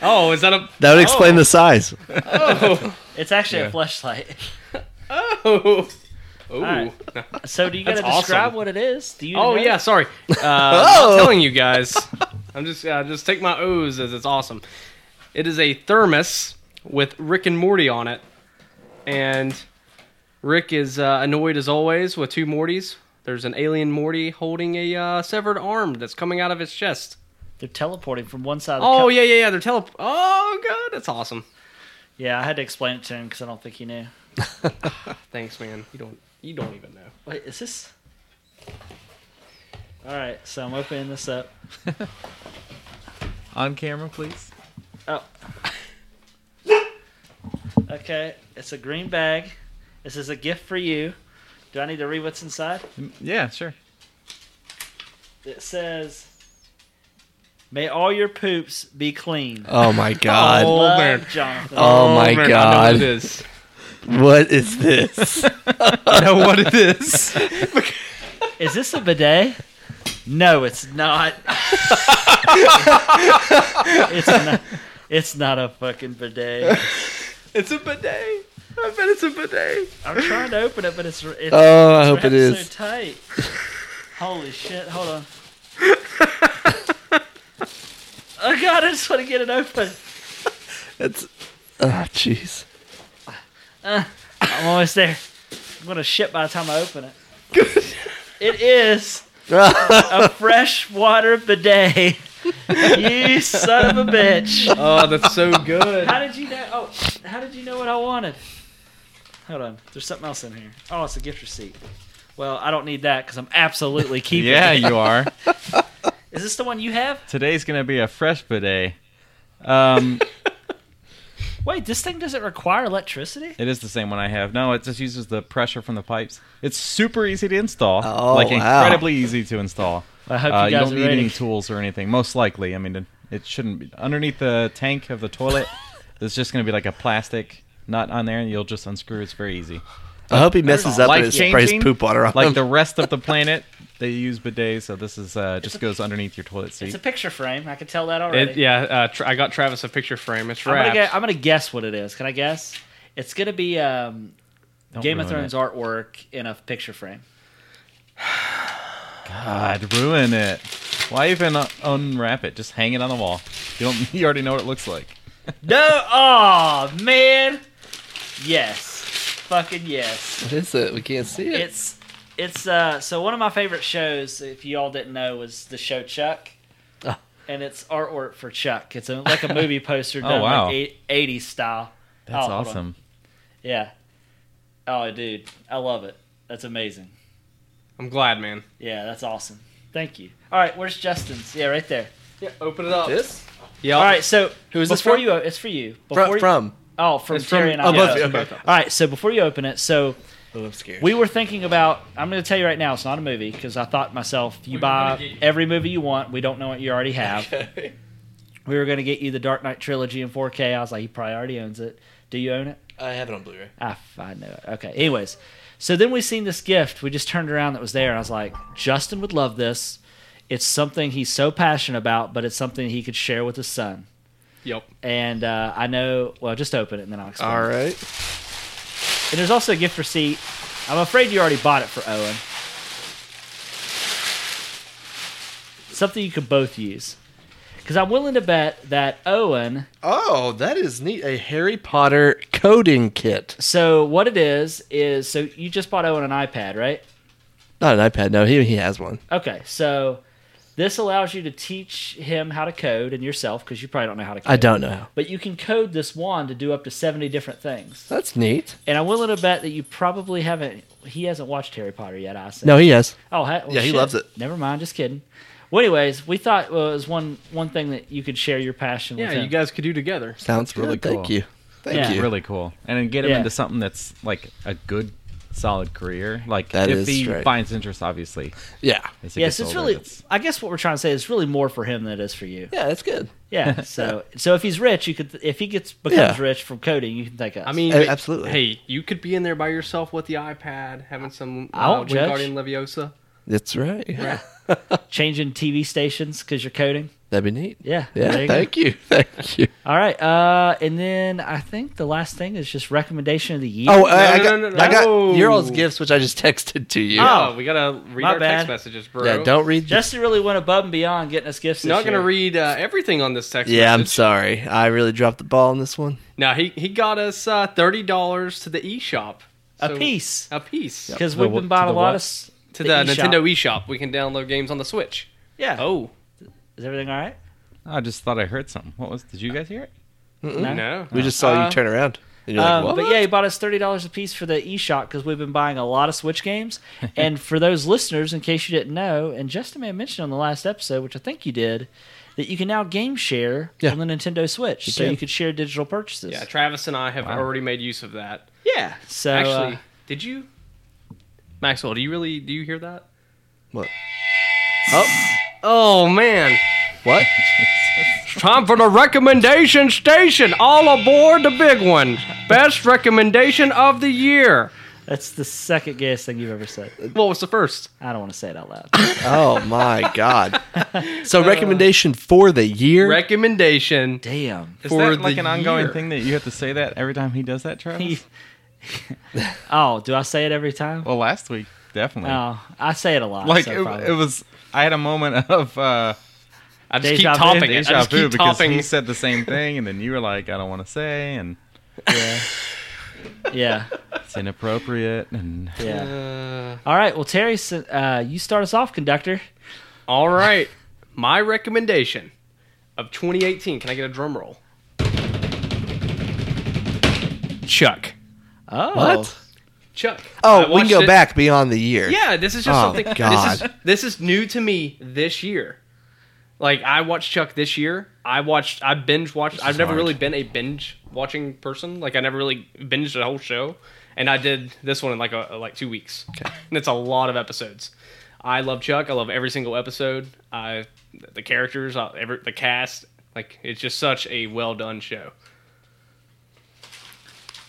Oh, is that a That would explain the size. It's actually Yeah. a flashlight. Oh. Ooh. right. So do you got That's to describe awesome. what it is? Do you? Oh know? yeah, sorry. Uh, Oh. I'm telling you guys. I'm just uh, just take my O's as it's awesome. It is a thermos with Rick and Morty on it, and Rick is uh, annoyed as always with two Mortys. There's an alien Morty holding a uh, severed arm that's coming out of his chest. They're teleporting from one side. Of the Oh cup. yeah, yeah, yeah. They're tele. Oh god, that's awesome. Yeah, I had to explain it to him because I don't think he knew. Thanks, man. You don't you don't even know. Wait, is this? All right. So I'm opening this up. On camera, please. Oh. okay, it's a green bag. This is a gift for you. Do I need to read what's inside? Mm, Yeah, sure. It says, "May all your poops be clean." Oh my god! Oh, Oh, Love, man. Jonathan. my Oh, man, I know what it god! is. What is this? I know what it is. Is this a bidet? No, it's not. it's not. It's not a fucking bidet. It's a bidet. I bet it's a bidet. I'm trying to open it, but it's it's, Oh, I it's hope it wrapped is. so tight. Holy shit! Hold on. oh god, I just want to get it open. It's oh jeez. I'm almost there. I'm gonna shit by the time I open it. It is a freshwater bidet. you son of a bitch. Oh, that's so good. How did you know? Oh, how did you know what I wanted? Hold on. There's something else in here. Oh, it's a gift receipt. Well, I don't need that because I'm absolutely keeping yeah, it. you are. Is this the one you have? Today's gonna be a fresh bidet. Um, Wait, this thing doesn't require electricity? It is the same one I have. No, it just uses the pressure from the pipes. It's super easy to install. Oh, like wow. incredibly easy to install. I hope Uh, you you guys don't are need ready. any tools or anything. Most likely, I mean, it shouldn't be underneath the tank of the toilet. there's just going to be like a plastic nut on there, and you'll just unscrew. It's very easy. I hope he messes up and Life it sprays changing, poop water on like him. the rest of the planet. They use bidets, so this is uh, just goes underneath your toilet It's seat. a picture frame. I can tell that already. It, yeah, uh, tra- I got Travis a picture frame. It's I'm gonna, wrapped. gu- I'm gonna guess what it is. Can I guess? It's gonna be um, Don't Game of ruin Thrones it. artwork in a picture frame. God, ruin it. Why even uh, unwrap it? Just hang it on the wall. You don't. You already know what it looks like. No, oh man, yes, fucking yes. what is it? We can't see it. It's it's uh so one of my favorite shows. If you all didn't know, was the show Chuck, Ah. and it's artwork for Chuck. It's a, like a movie poster Oh, done wow. like eight- '80s style. That's Oh, hold on. awesome. Yeah. Oh, dude, I love it. That's amazing. I'm glad, man. Yeah, that's awesome. Thank you. All right, where's Justin's? Yeah, right there. Yeah, open it up. this Yeah. All right, so Who is this before from? you? o- It's for you. Before from, you- from. oh, from It's Terry from- and I. Oh, both of you. Yeah. Okay. All right, so before you open it, so Oh, I'm scared. we were thinking about. I'm going to tell you right now, it's not a movie because I thought myself, you were buy gonna get you- every movie you want. We don't know what you already have. We were going to get you the Dark Knight trilogy in 4K. I was like, he probably already owns it. Do you own it? I have it on Blu-ray. I, f- I knew it. Okay. Anyways, so then we seen this gift. We just turned around that was there, and I was like, Justin would love this. It's something he's so passionate about, but it's something he could share with his son. Yep. And uh, I know. Well, just open it, and then I'll explain. All right. And there's also a gift receipt. I'm afraid you already bought it for Owen. Something you could both use, because I'm willing to bet that Owen. Oh, that is neat. A Harry Potter coding kit. So what it is is so you just bought Owen an iPad, right? Not an iPad. No, he he has one. Okay, so this allows you to teach him how to code and yourself because you probably don't know how to code. I don't know how. But you can code this wand to do up to 70 different things. That's neat. And I'm willing to bet that you probably haven't, he hasn't watched Harry Potter yet, I said. No, he has. Oh, ha- well, Yeah, he shit. loves it. Never mind, just kidding. Well, anyways, we thought well, it was one one thing that you could share your passion with Yeah, him. you guys could do together. Sounds really really good. Thank cool. you. Thank Yeah. you. Really cool. And then get him Yeah. into something that's like a good, solid career. Like That if is he right. finds interest, obviously. Yeah. As he gets yes, it's older, really. that's- I guess what we're trying to say is really more for him than it is for you. Yeah, that's good. Yeah. So, so if he's rich, you could. If he gets becomes Yeah. rich from coding, you can thank us. I mean, A- absolutely. Hey, you could be in there by yourself with the iPad, having some I uh, won't judge. Wingardium Leviosa. That's right. changing TV stations because you're coding. That'd be neat. Yeah. Yeah. there you go. thank you. Thank you. All right. Uh, and then I think the last thing is just recommendation of the year. Oh, I, I no, got, no, no, I no. got your all's gifts, which I just texted to you. Oh, Yeah, we gotta read my our bad. text messages, bro. yeah, don't read. Just, Justin really went above and beyond getting us gifts. This Not gonna year. read uh, everything on this text. yeah, I'm message. sorry. I really dropped the ball on this one. Now he he got us uh, thirty dollars to the eShop. a So- piece A piece. because The we've wha- to been buying a the lot what? of s- To the, eShop. Nintendo eShop, we can download games on the Switch. Yeah. Oh Is everything all right? "Oh, I just thought I heard something. What was? Did you guys hear it? No. no, We just saw Uh, you turn around. And you're Um, like, what? but yeah, he bought us thirty dollars a piece for the eShop because we've been buying a lot of Switch games. and for those listeners, in case you didn't know, and Justin may have mentioned on the last episode, which I think you did, that you can now game share Yeah. on the Nintendo Switch, so can. you could share digital purchases. Yeah, Travis and I have Wow. already made use of that. Yeah. So Actually, uh, did you, Maxwell? Do you really do you hear that? What? Oh, oh man! What? Time for the recommendation station. All aboard the big one. Best recommendation of the year. that's the second gayest thing you've ever said. What was the first? I don't want to say it out loud. Oh my God. Uh, So recommendation for the year. Recommendation. Damn. Is For that like the an ongoing year. thing that you have to say that every time he does that, He- Travis? oh, do I say it every time? well, last week definitely. Oh, I say it a lot. like so it, probably. it was. I had a moment of uh, I just Deja keep vu. topping it. I deja just vu keep because topping. he said the same thing, and then you were like, "I don't want to say," and yeah. it's inappropriate. And Yeah. Uh, All right. Well, Terry, s- uh, you start us off, conductor. all right. My recommendation of 2018. Can I get a drum roll? Chuck. Oh. What? Chuck. I Oh, we watched can go it- back beyond the year. Yeah, this is just Oh, something. This, is, God. this is new to me this year. Like I watched Chuck this year. I watched. I binge watched. I've never hard. really been a binge watching person. Like I never really binged a whole show, and I did this one in like a like two weeks. And it's a lot of episodes. I love Chuck. I love every single episode. I the characters, I, every, the cast. Like it's just such a well done show.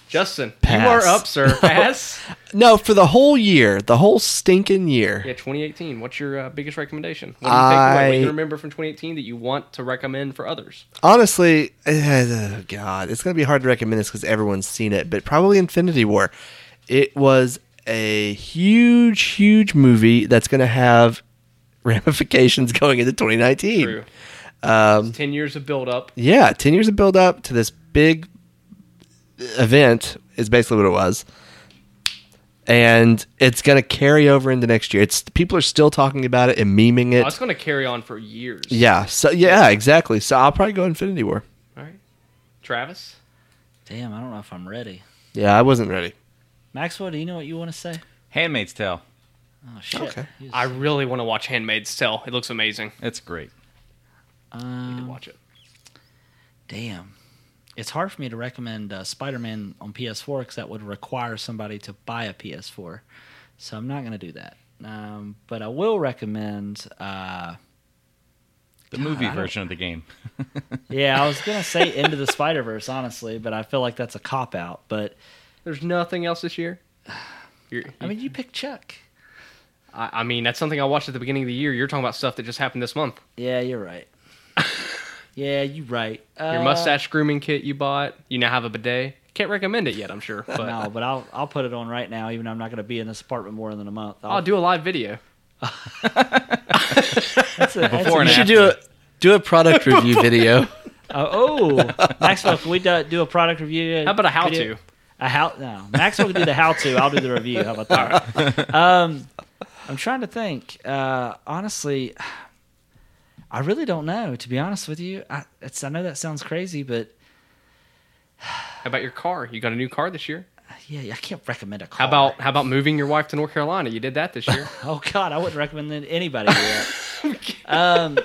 Justin, you Pass. are up, sir. Pass. No, for the whole year, the whole stinking year. yeah, 2018. What's your uh, biggest recommendation? What do you, take away? what do I- you remember from 2018 that you want to recommend for others? Honestly, eh, oh God, it's gonna be hard to recommend this because everyone's seen it, but probably Infinity War. It was a huge, huge movie that's gonna have ramifications going into 2019. True. Um, It's 10 years of build up. yeah, 10 years of build up to this big event is basically what it was. And it's going to carry over into next year. It's people are still talking about it and memeing Oh, it's it. going to carry on for years. Yeah. So yeah, exactly. So I'll probably go Infinity War. All right. Travis? Damn, I don't know if I'm ready. Yeah, I wasn't ready. Maxwell, do you know what you want to say? Handmaid's Tale. Oh shit. Okay. He was- I really want to watch Handmaid's Tale. It looks amazing. It's great. I need um, to watch it. Damn. It's hard for me to recommend uh, Spider Man on PS4 because that would require somebody to buy a PS4. So I'm not going to do that. Um, but I will recommend. Uh, The God, movie I don't- version of the game. yeah, I was going to say Into the Spider Verse, honestly, but I feel like that's a cop out. But There's nothing else this year. You're, I mean, you pick Chuck. I, I mean, that's something I watched at the beginning of the year. You're talking about stuff that just happened this month. Yeah, you're right. yeah, you're right. Uh, Your mustache grooming kit you bought. You now have a bidet. Can't recommend it yet, I'm sure, but Uh, No, but I'll I'll put it on right now, even though I'm not going to be in this apartment more than a month. I'll do a live video. that's a, that's Before a- and You after. should do a do a product review video. Uh, oh, Maxwell, can we do, do a product review? How about a how video? to? A how? No, Maxwell can do the how to. I'll do the review. How about that? Um, I'm trying to think. Uh, honestly, I really don't know. To be honest with you, I, it's, I know that sounds crazy, but How about your car? You got a new car this year? uh, yeah, I can't recommend a car. How about how about moving your wife to North Carolina? You did that this year. Oh God, I wouldn't recommend that anybody do that. um,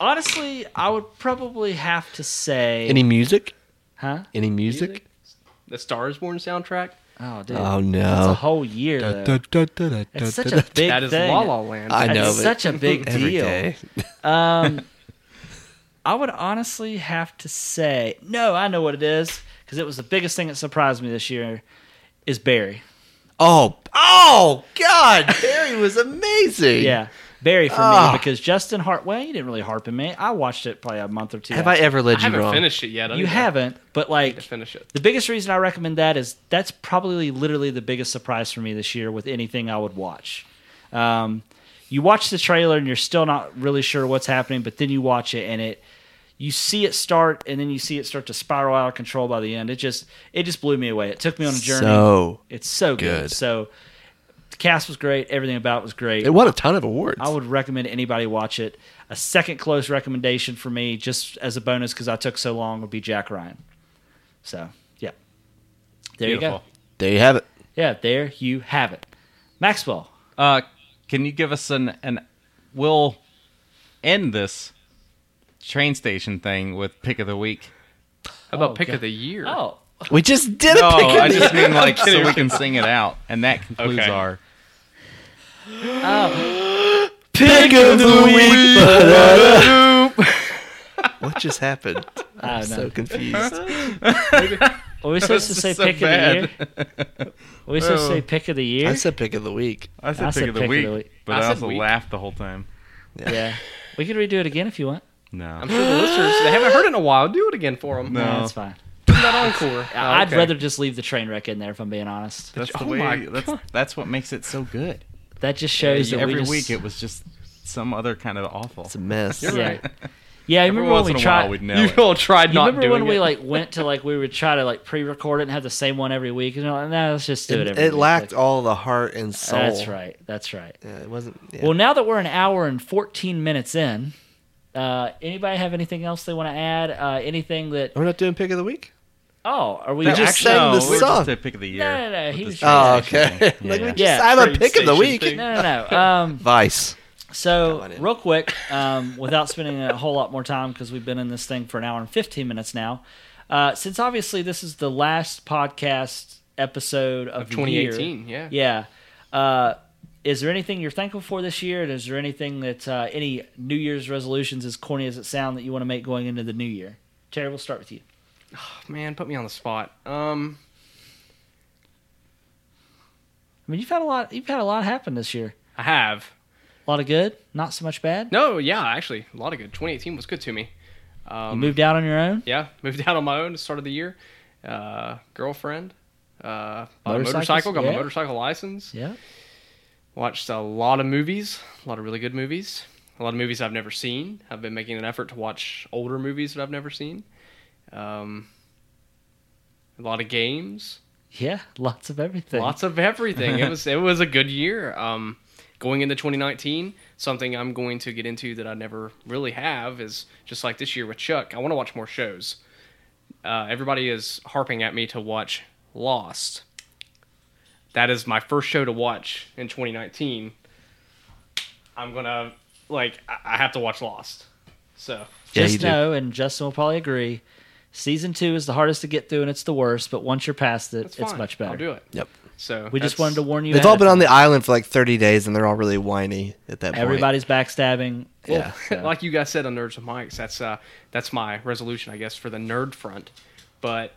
honestly, I would probably have to say, Any music? huh? Any music? Music? The Star is Born soundtrack. Oh, dude, Oh it's a no. whole year. Da, though. da, da, da, da, It's da, such Uh, da, a big that is thing. La La Land. I know, It's but such a big every deal. day. Um, I would honestly have to say no. I know what it is because it was the biggest thing that surprised me this year. Is Barry? Oh, oh God! Barry was amazing. Yeah, Barry for Ah. me because Justin Hart. Well, you didn't really harp in me. I watched it probably a month or two. Have I after. ever led I you haven't wrong? finished it yet. I You need to- haven't, but like to finish it. The biggest reason I recommend that is that's probably literally the biggest surprise for me this year with anything I would watch. Um, you watch the trailer and you're still not really sure what's happening, but then you watch it and it you see it start and then you see it start to spiral out of control by the end. It just it just blew me away. It took me on a journey. So it's so good. good. So the cast was great. Everything about it was great. It won a ton of awards. I would recommend anybody watch it. A second close recommendation for me, just as a bonus because I took so long, would be Jack Ryan. So, yeah. There you Beautiful. go. there you have it. Yeah, there you have it. Maxwell. Uh, can you give us an an? We'll end this train station thing with pick of the week. How about Oh, pick God. of the year? Oh, We just did No, a pick. I just mean like so we can sing it out, and that concludes Okay. our. oh. pick of the week. what just happened? I I'm don't so know. confused. Are we supposed to This is say so pick of bad. the year? Are we supposed to say pick of the year? I said pick of the week. I said I said pick of the pick of week, the week. but I I, said also week. laughed the whole time. yeah. We could redo it again if you want. No, I'm sure the listeners they haven't heard it in a while. Do it again for them. No. Ah, No, that's fine. Do that encore. Oh, I'd okay. rather just leave the train wreck in there if I'm being honest. that's the Oh my way. That's that's what makes it so good. That just shows that Every we just, week it was just some other kind of awful. It's a mess. You're Yeah. right. Yeah, I Every remember once when in we a tried while we'd know. You it. all tried You not remember doing when we it. like went to like we would try to like pre-record it and have the same one every week and you're like, no, let's just do it. It, every it week." lacked Like, all the heart and soul. That's right. That's right. Yeah, it wasn't. Yeah. Well, now that we're an hour and fourteen minutes in, uh, anybody have anything else they want to add? Uh, anything that? we're not doing pick of the week. Oh, are we We just actually? sang no, the we were song. just at pick of the year. no, no, with he the was train Oh, station okay. thing. Yeah, like we yeah. just Yeah, I have a train pick of the station week. thing. No, no, no. Um, Vice. So, on in. real quick, um, without spending a whole lot more time because we've been in this thing for an hour and 15 minutes now, uh, since obviously this is the last podcast episode of, Of the year, 2018, yeah. Yeah. Uh, is there anything you're thankful for this year? And is there anything that, uh, any New Year's resolutions, as corny as it sound, that you want to make going into the new year? Terry, we'll start with you. man, put me on the spot. Um, I mean, you've had a lot. You've had a lot happen this year. I have. A lot of good, not so much bad. No, yeah, actually, a lot of good. 2018 was good to me. Um, you moved out on your own. Yeah, moved out on my own at the start of the year. Uh, girlfriend. Uh, bought a Motorcycles, motorcycle, got my yeah. motorcycle license. Yeah. Watched a lot of movies, a lot of really good movies, a lot of movies I've never seen. I've been making an effort to watch older movies that I've never seen. Um, a lot of games, Yeah. Lots of everything. lots of everything. it was it was a good year. Um, going into 2019, something I'm going to get into that I never really have is just like this year with Chuck. I want to watch more shows. Uh, everybody is harping at me to watch Lost. That is my first show to watch in 2019. I'm gonna like I I have to watch Lost. So Yeah, you Just do. know, and Justin will probably agree. Season two is the hardest to get through, and it's the worst. But once you're past it, that's it's fine. much better. I'll do it. Yep. So We just that's- wanted to warn you. They've ahead all of been on time. the island for like 30 days, and they're all really whiny at that point. Everybody's backstabbing. Yeah. like you guys said on Nerds with Mics, that's uh, that's my resolution, I guess, for the nerd front. But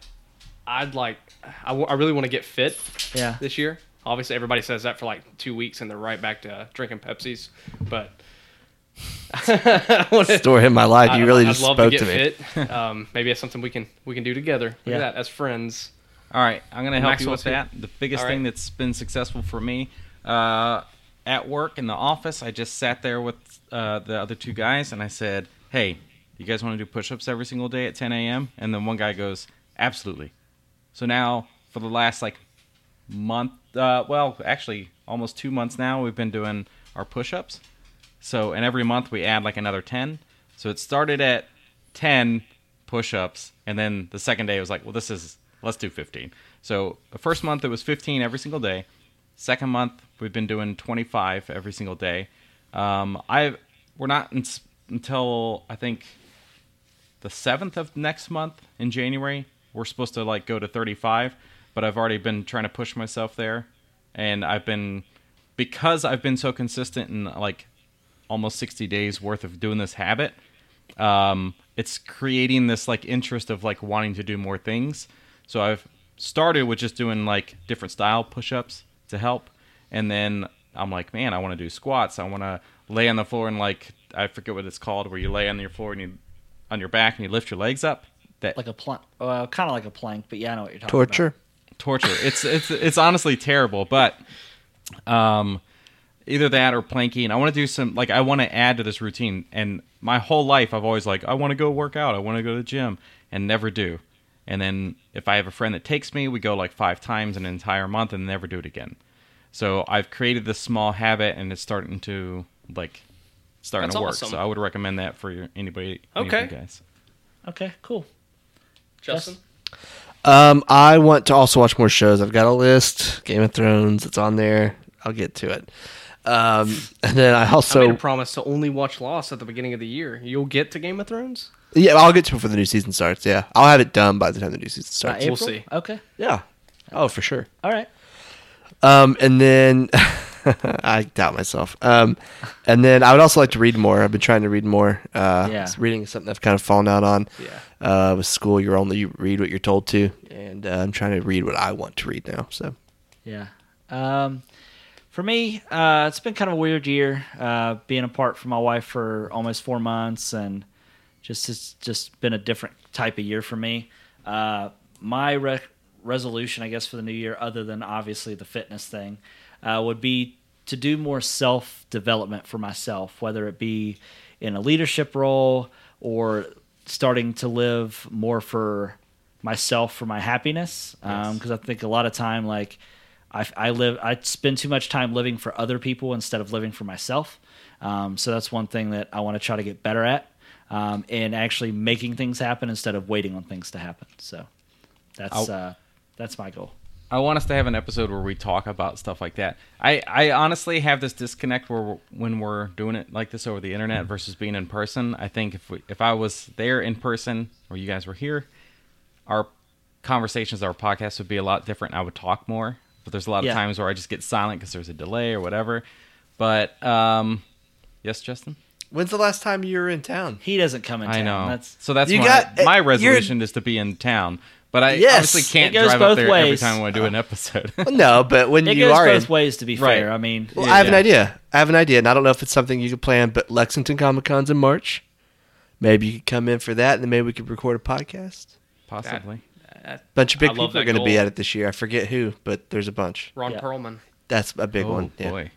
I'd like, I, w- I really want to get fit Yeah. this year. Obviously, everybody says that for like two weeks, and they're right back to drinking Pepsis. But I want to. Story in my life. You really I'd just love spoke to to, get me. fit. Um, maybe it's something we can we can do together. Look Yeah. at that as friends. All right, I'm going to help you Maxwell with too. that. The biggest All right. thing that's been successful for me uh, at work in the office, I just sat there with uh, the other two guys and I said, "Hey, you guys want to do push-ups every single day at 10 a.m.?" And then one guy goes, "Absolutely." So now for the last like month, uh, well, actually almost two months now, we've been doing our push-ups. So, and every month we add like another 10. So it started at 10 push ups. And then the second day it was like, well, this is, let's do 15. So the first month it was 15 every single day. Second month we've been doing 25 every single day. Um, I we're not in, until I think the seventh of next month in January. We're supposed to like go to 35, but I've already been trying to push myself there, and I've been because I've been so consistent in like almost 60 days worth of doing this habit. Um, it's creating this like interest of like wanting to do more things. So I've started with just doing like different style push-ups to help, and then I'm like, man, I want to do squats. I want to lay on the floor and like I forget what it's called, where you lay on your floor and you on your back and you lift your legs up. That Like a plank. Well, kind of like a plank, but yeah, I know what you're talking Torture. about. torture. It's it's it's honestly terrible, but um either that or planking. I want to do some like I want to add to this routine and my whole life I've always like I want to go work out, I want to go to the gym and never do. And then if I have a friend that takes me, we go like 5 times in an entire month and never do it again. So I've created this small habit and it's starting to like starting That's to work. awesome. So I would recommend that for your, anybody any of Okay. you guys. Okay, cool. Justin, Um, I want to also watch more shows. I've got a list. Game of Thrones. It's on there. I'll get to it. Um, and then I also I made a promise to only watch Lost at the beginning of the year. You'll get to Game of Thrones. yeah, I'll get to it before the new season starts. Yeah, I'll have it done by the time the new season By starts. April? see. Okay. yeah. Oh, for sure. All right. Um, and then I doubt myself. Um, and then I would also like to read more. I've been trying to read more. Uh, Yeah. reading is something I've kind of fallen out on. Yeah. Uh, with school, you're only you read what you're told to, and uh, I'm trying to read what I want to read now. So Yeah. Um, for me, uh, it's been kind of a weird year, uh, being apart from my wife for almost four months, and just it's just been a different type of year for me. Uh, my re- resolution, I guess, for the new year, other than obviously the fitness thing, uh, would be to do more self development for myself, whether it be in a leadership role or starting to live more for myself for my happiness because I think a lot of time like I, I live I spend too much time living for other people instead of living for myself. Um, so that's one thing that I want to try to get better at um, and actually making things happen instead of waiting on things to happen. So that's I'll- uh, that's my goal. I want us to have an episode where we talk about stuff like that. I, I honestly have this disconnect where we're- when we're doing it like this over the internet versus being in person. I think if we, if I was there in person or you guys were here, our conversations, our podcast would be a lot different. I would talk more, but there's a lot Yeah. of times where I just get silent because there's a delay or whatever. But um, yes, Justin, when's the last time you were in town? He doesn't come in. I town. know. That's eh, so that's You my, got- my you're- resolution is to be in town. But I Yes! obviously can't It goes drive up both there every ways. Uh, time I do an episode. Well, no, but when It you goes are in, both ways, to be Right. fair. I mean, well, I have an Yeah. idea. I have an idea, and I don't know if it's something you could plan. But Lexington Comic Con's in March. Maybe you could come in for that, and then maybe we could record a podcast. Possibly. Bunch I of big love people are that going to be goal. at it this year. I forget who, but there's a bunch. Ron Yeah. Perlman. That's a big Oh one. Yeah. boy,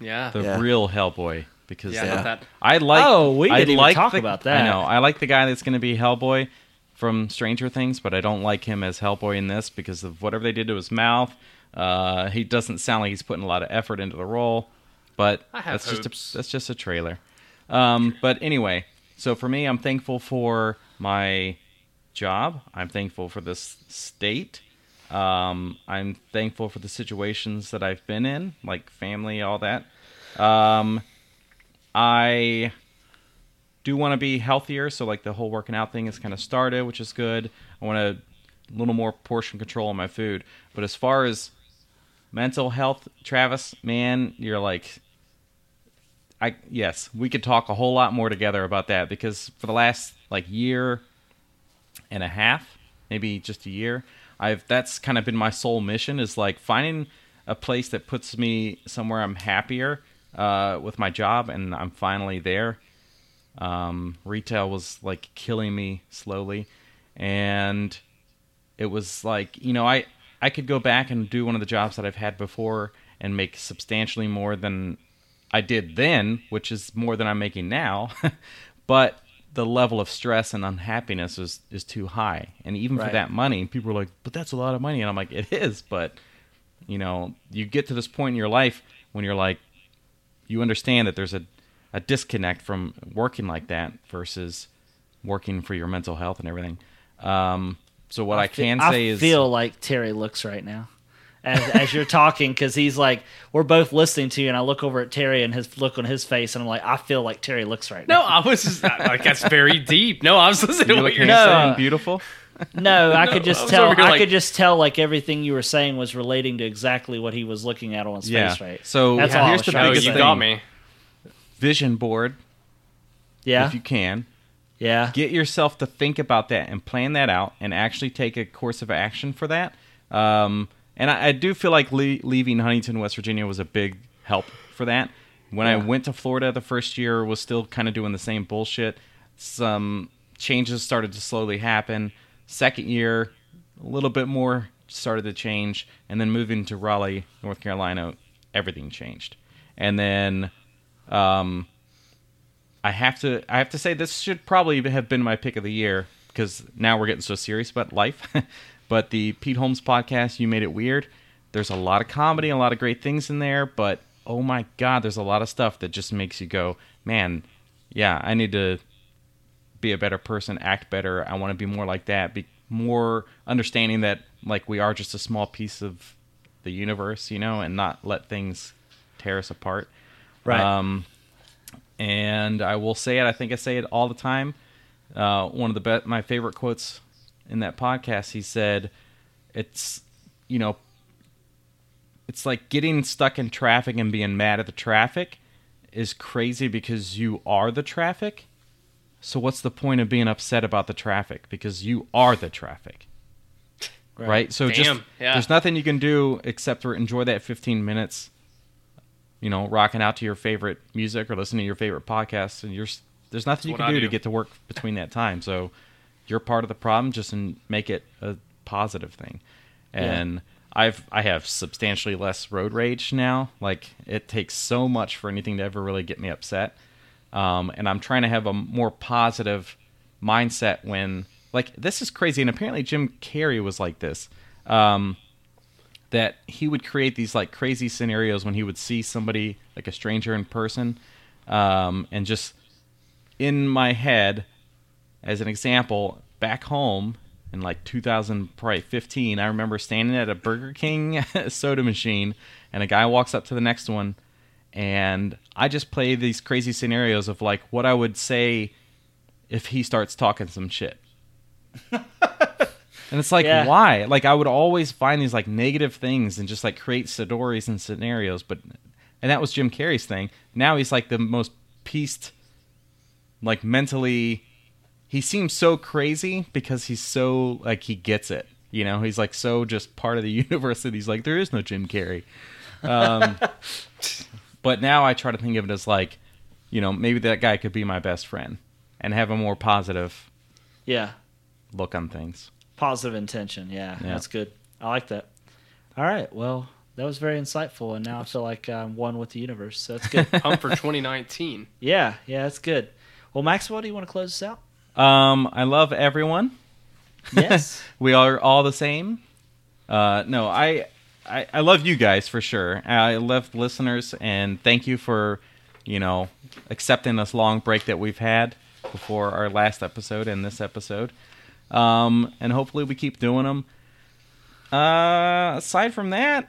Yeah. the Yeah. real Hellboy. Because yeah, uh, Not that. I like. Oh, we I didn't even like talk the- about that. I know. I like the guy that's going to be Hellboy from Stranger Things, but I don't like him as Hellboy in this because of whatever they did to his mouth. Uh, he doesn't sound like he's putting a lot of effort into the role. But I have that's hopes. just a, that's just a trailer. Um, but anyway, so for me, I'm thankful for my job. I'm thankful for this state. Um, I'm thankful for the situations that I've been in, like family, all that. Um, I do want to be healthier, so like the whole working out thing is kind of started, which is good. I want a little more portion control on my food. But as far as mental health, Travis, man, you're like I yes, we could talk a whole lot more together about that because for the last like year and a half, maybe just a year, I've that's kind of been my sole mission is like finding a place that puts me somewhere I'm happier uh, with my job, and I'm finally there. Um, retail was like killing me slowly, and it was like you know I I could go back and do one of the jobs that I've had before and make substantially more than I did then, which is more than I'm making now, but the level of stress and unhappiness is is too high. And even for Right. that money, people are like, "But that's a lot of money," and I'm like, "It is," but you know, you get to this point in your life when you're like, you understand that there's a, a disconnect from working like that versus working for your mental health and everything. Um, so what I, can I say is, feel like Terry looks right now as, as you're talking because he's like, we're both listening to you, and I look over at Terry and his look on his face, and I'm like, I feel like Terry looks right No, now. I was just like that's very deep. No, I was listening to you what look you're handsome saying. and beautiful. No, I could No, I just was tell. over here I like- could just tell like everything you were saying was relating to exactly what he was looking at on his Yeah. face. Right. So That's yeah, all I here's was the trying to Oh, biggest say. you thing. got me. Vision board, Yeah. if you can. yeah. get yourself to think about that and plan that out and actually take a course of action for that. Um, and I, I do feel like le- leaving Huntington, West Virginia was a big help for that. When I went to Florida the first year, was still kind of doing the same bullshit. Some changes started to slowly happen. Second year, a little bit more started to change, and then moving to Raleigh, North Carolina, everything changed. And then I have to I have to say this should probably have been my pick of the year because now we're getting so serious about life. but the Pete Holmes podcast, you made it weird. There's a lot of comedy, a lot of great things in there, but oh my god, there's a lot of stuff that just makes you go, man, yeah, I need to be a better person, act better. I want to be more like that, be more understanding that like we are just a small piece of the universe, you know, and not let things tear us apart. Right. Um, and I will say it. I think I say it all the time. Uh, one of the be- my favorite quotes in that podcast. He said, "It's you know, it's like getting stuck in traffic and being mad at the traffic is crazy because you are the traffic. So what's the point of being upset about the traffic because you are the traffic?" Right. So just Damn, yeah. there's nothing you can do except for enjoy that 15 minutes you know, rocking out to your favorite music or listening to your favorite podcasts, and you're there's nothing you what can I do, to do. get to work between that time. So you're part of the problem. Just and make it a positive thing. And I've I have substantially less road rage now. Like it takes so much for anything to ever really get me upset. Um, and I'm trying to have a more positive mindset when like this is crazy. And apparently Jim Carrey was like this um, that he would create these like crazy scenarios when he would see somebody like a stranger in person um, and just in my head as an example back home in like 2015 i remember standing at a burger king soda machine and a guy walks up to the next one and i just play these crazy scenarios of like what i would say if he starts talking some shit and it's like Yeah. why like i would always find these like negative things and just like create stories and scenarios but and that was jim carrey's thing now he's like the most pieced like mentally he seems so crazy because he's so like he gets it You know, he's like so just part of the universe that he's like, there is no Jim Carrey. Um, but now I try to think of it as like, you know, maybe that guy could be my best friend and have a more positive Yeah. look on things. Positive intention. Yeah, Yeah. That's good. I like that. All right. Well, that was very insightful. And now I feel like I'm one with the universe. So that's good. Pump for 2019. yeah. Yeah. That's good. Well, Maxwell, do you want to close this out? Um, I love everyone. Yes. we are all the same. Uh, no, I, I I love you guys for sure. I love listeners, and thank you for you know accepting this long break that we've had before our last episode and this episode. Um, and hopefully we keep doing them. Uh, aside from that,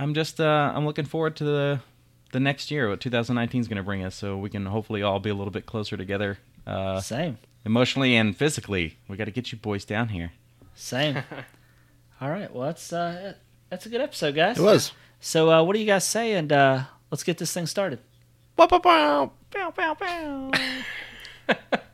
I'm just uh, I'm looking forward to the the next year what 2019 is going to bring us, so we can hopefully all be a little bit closer together. Uh, Same. emotionally and physically. We got to get you boys down here. Same. All right. Well, that's uh, that's a good episode, guys. It was. So, uh, what do you guys say? And uh, let's get this thing started. Bow, bow, bow. Bow, bow, bow.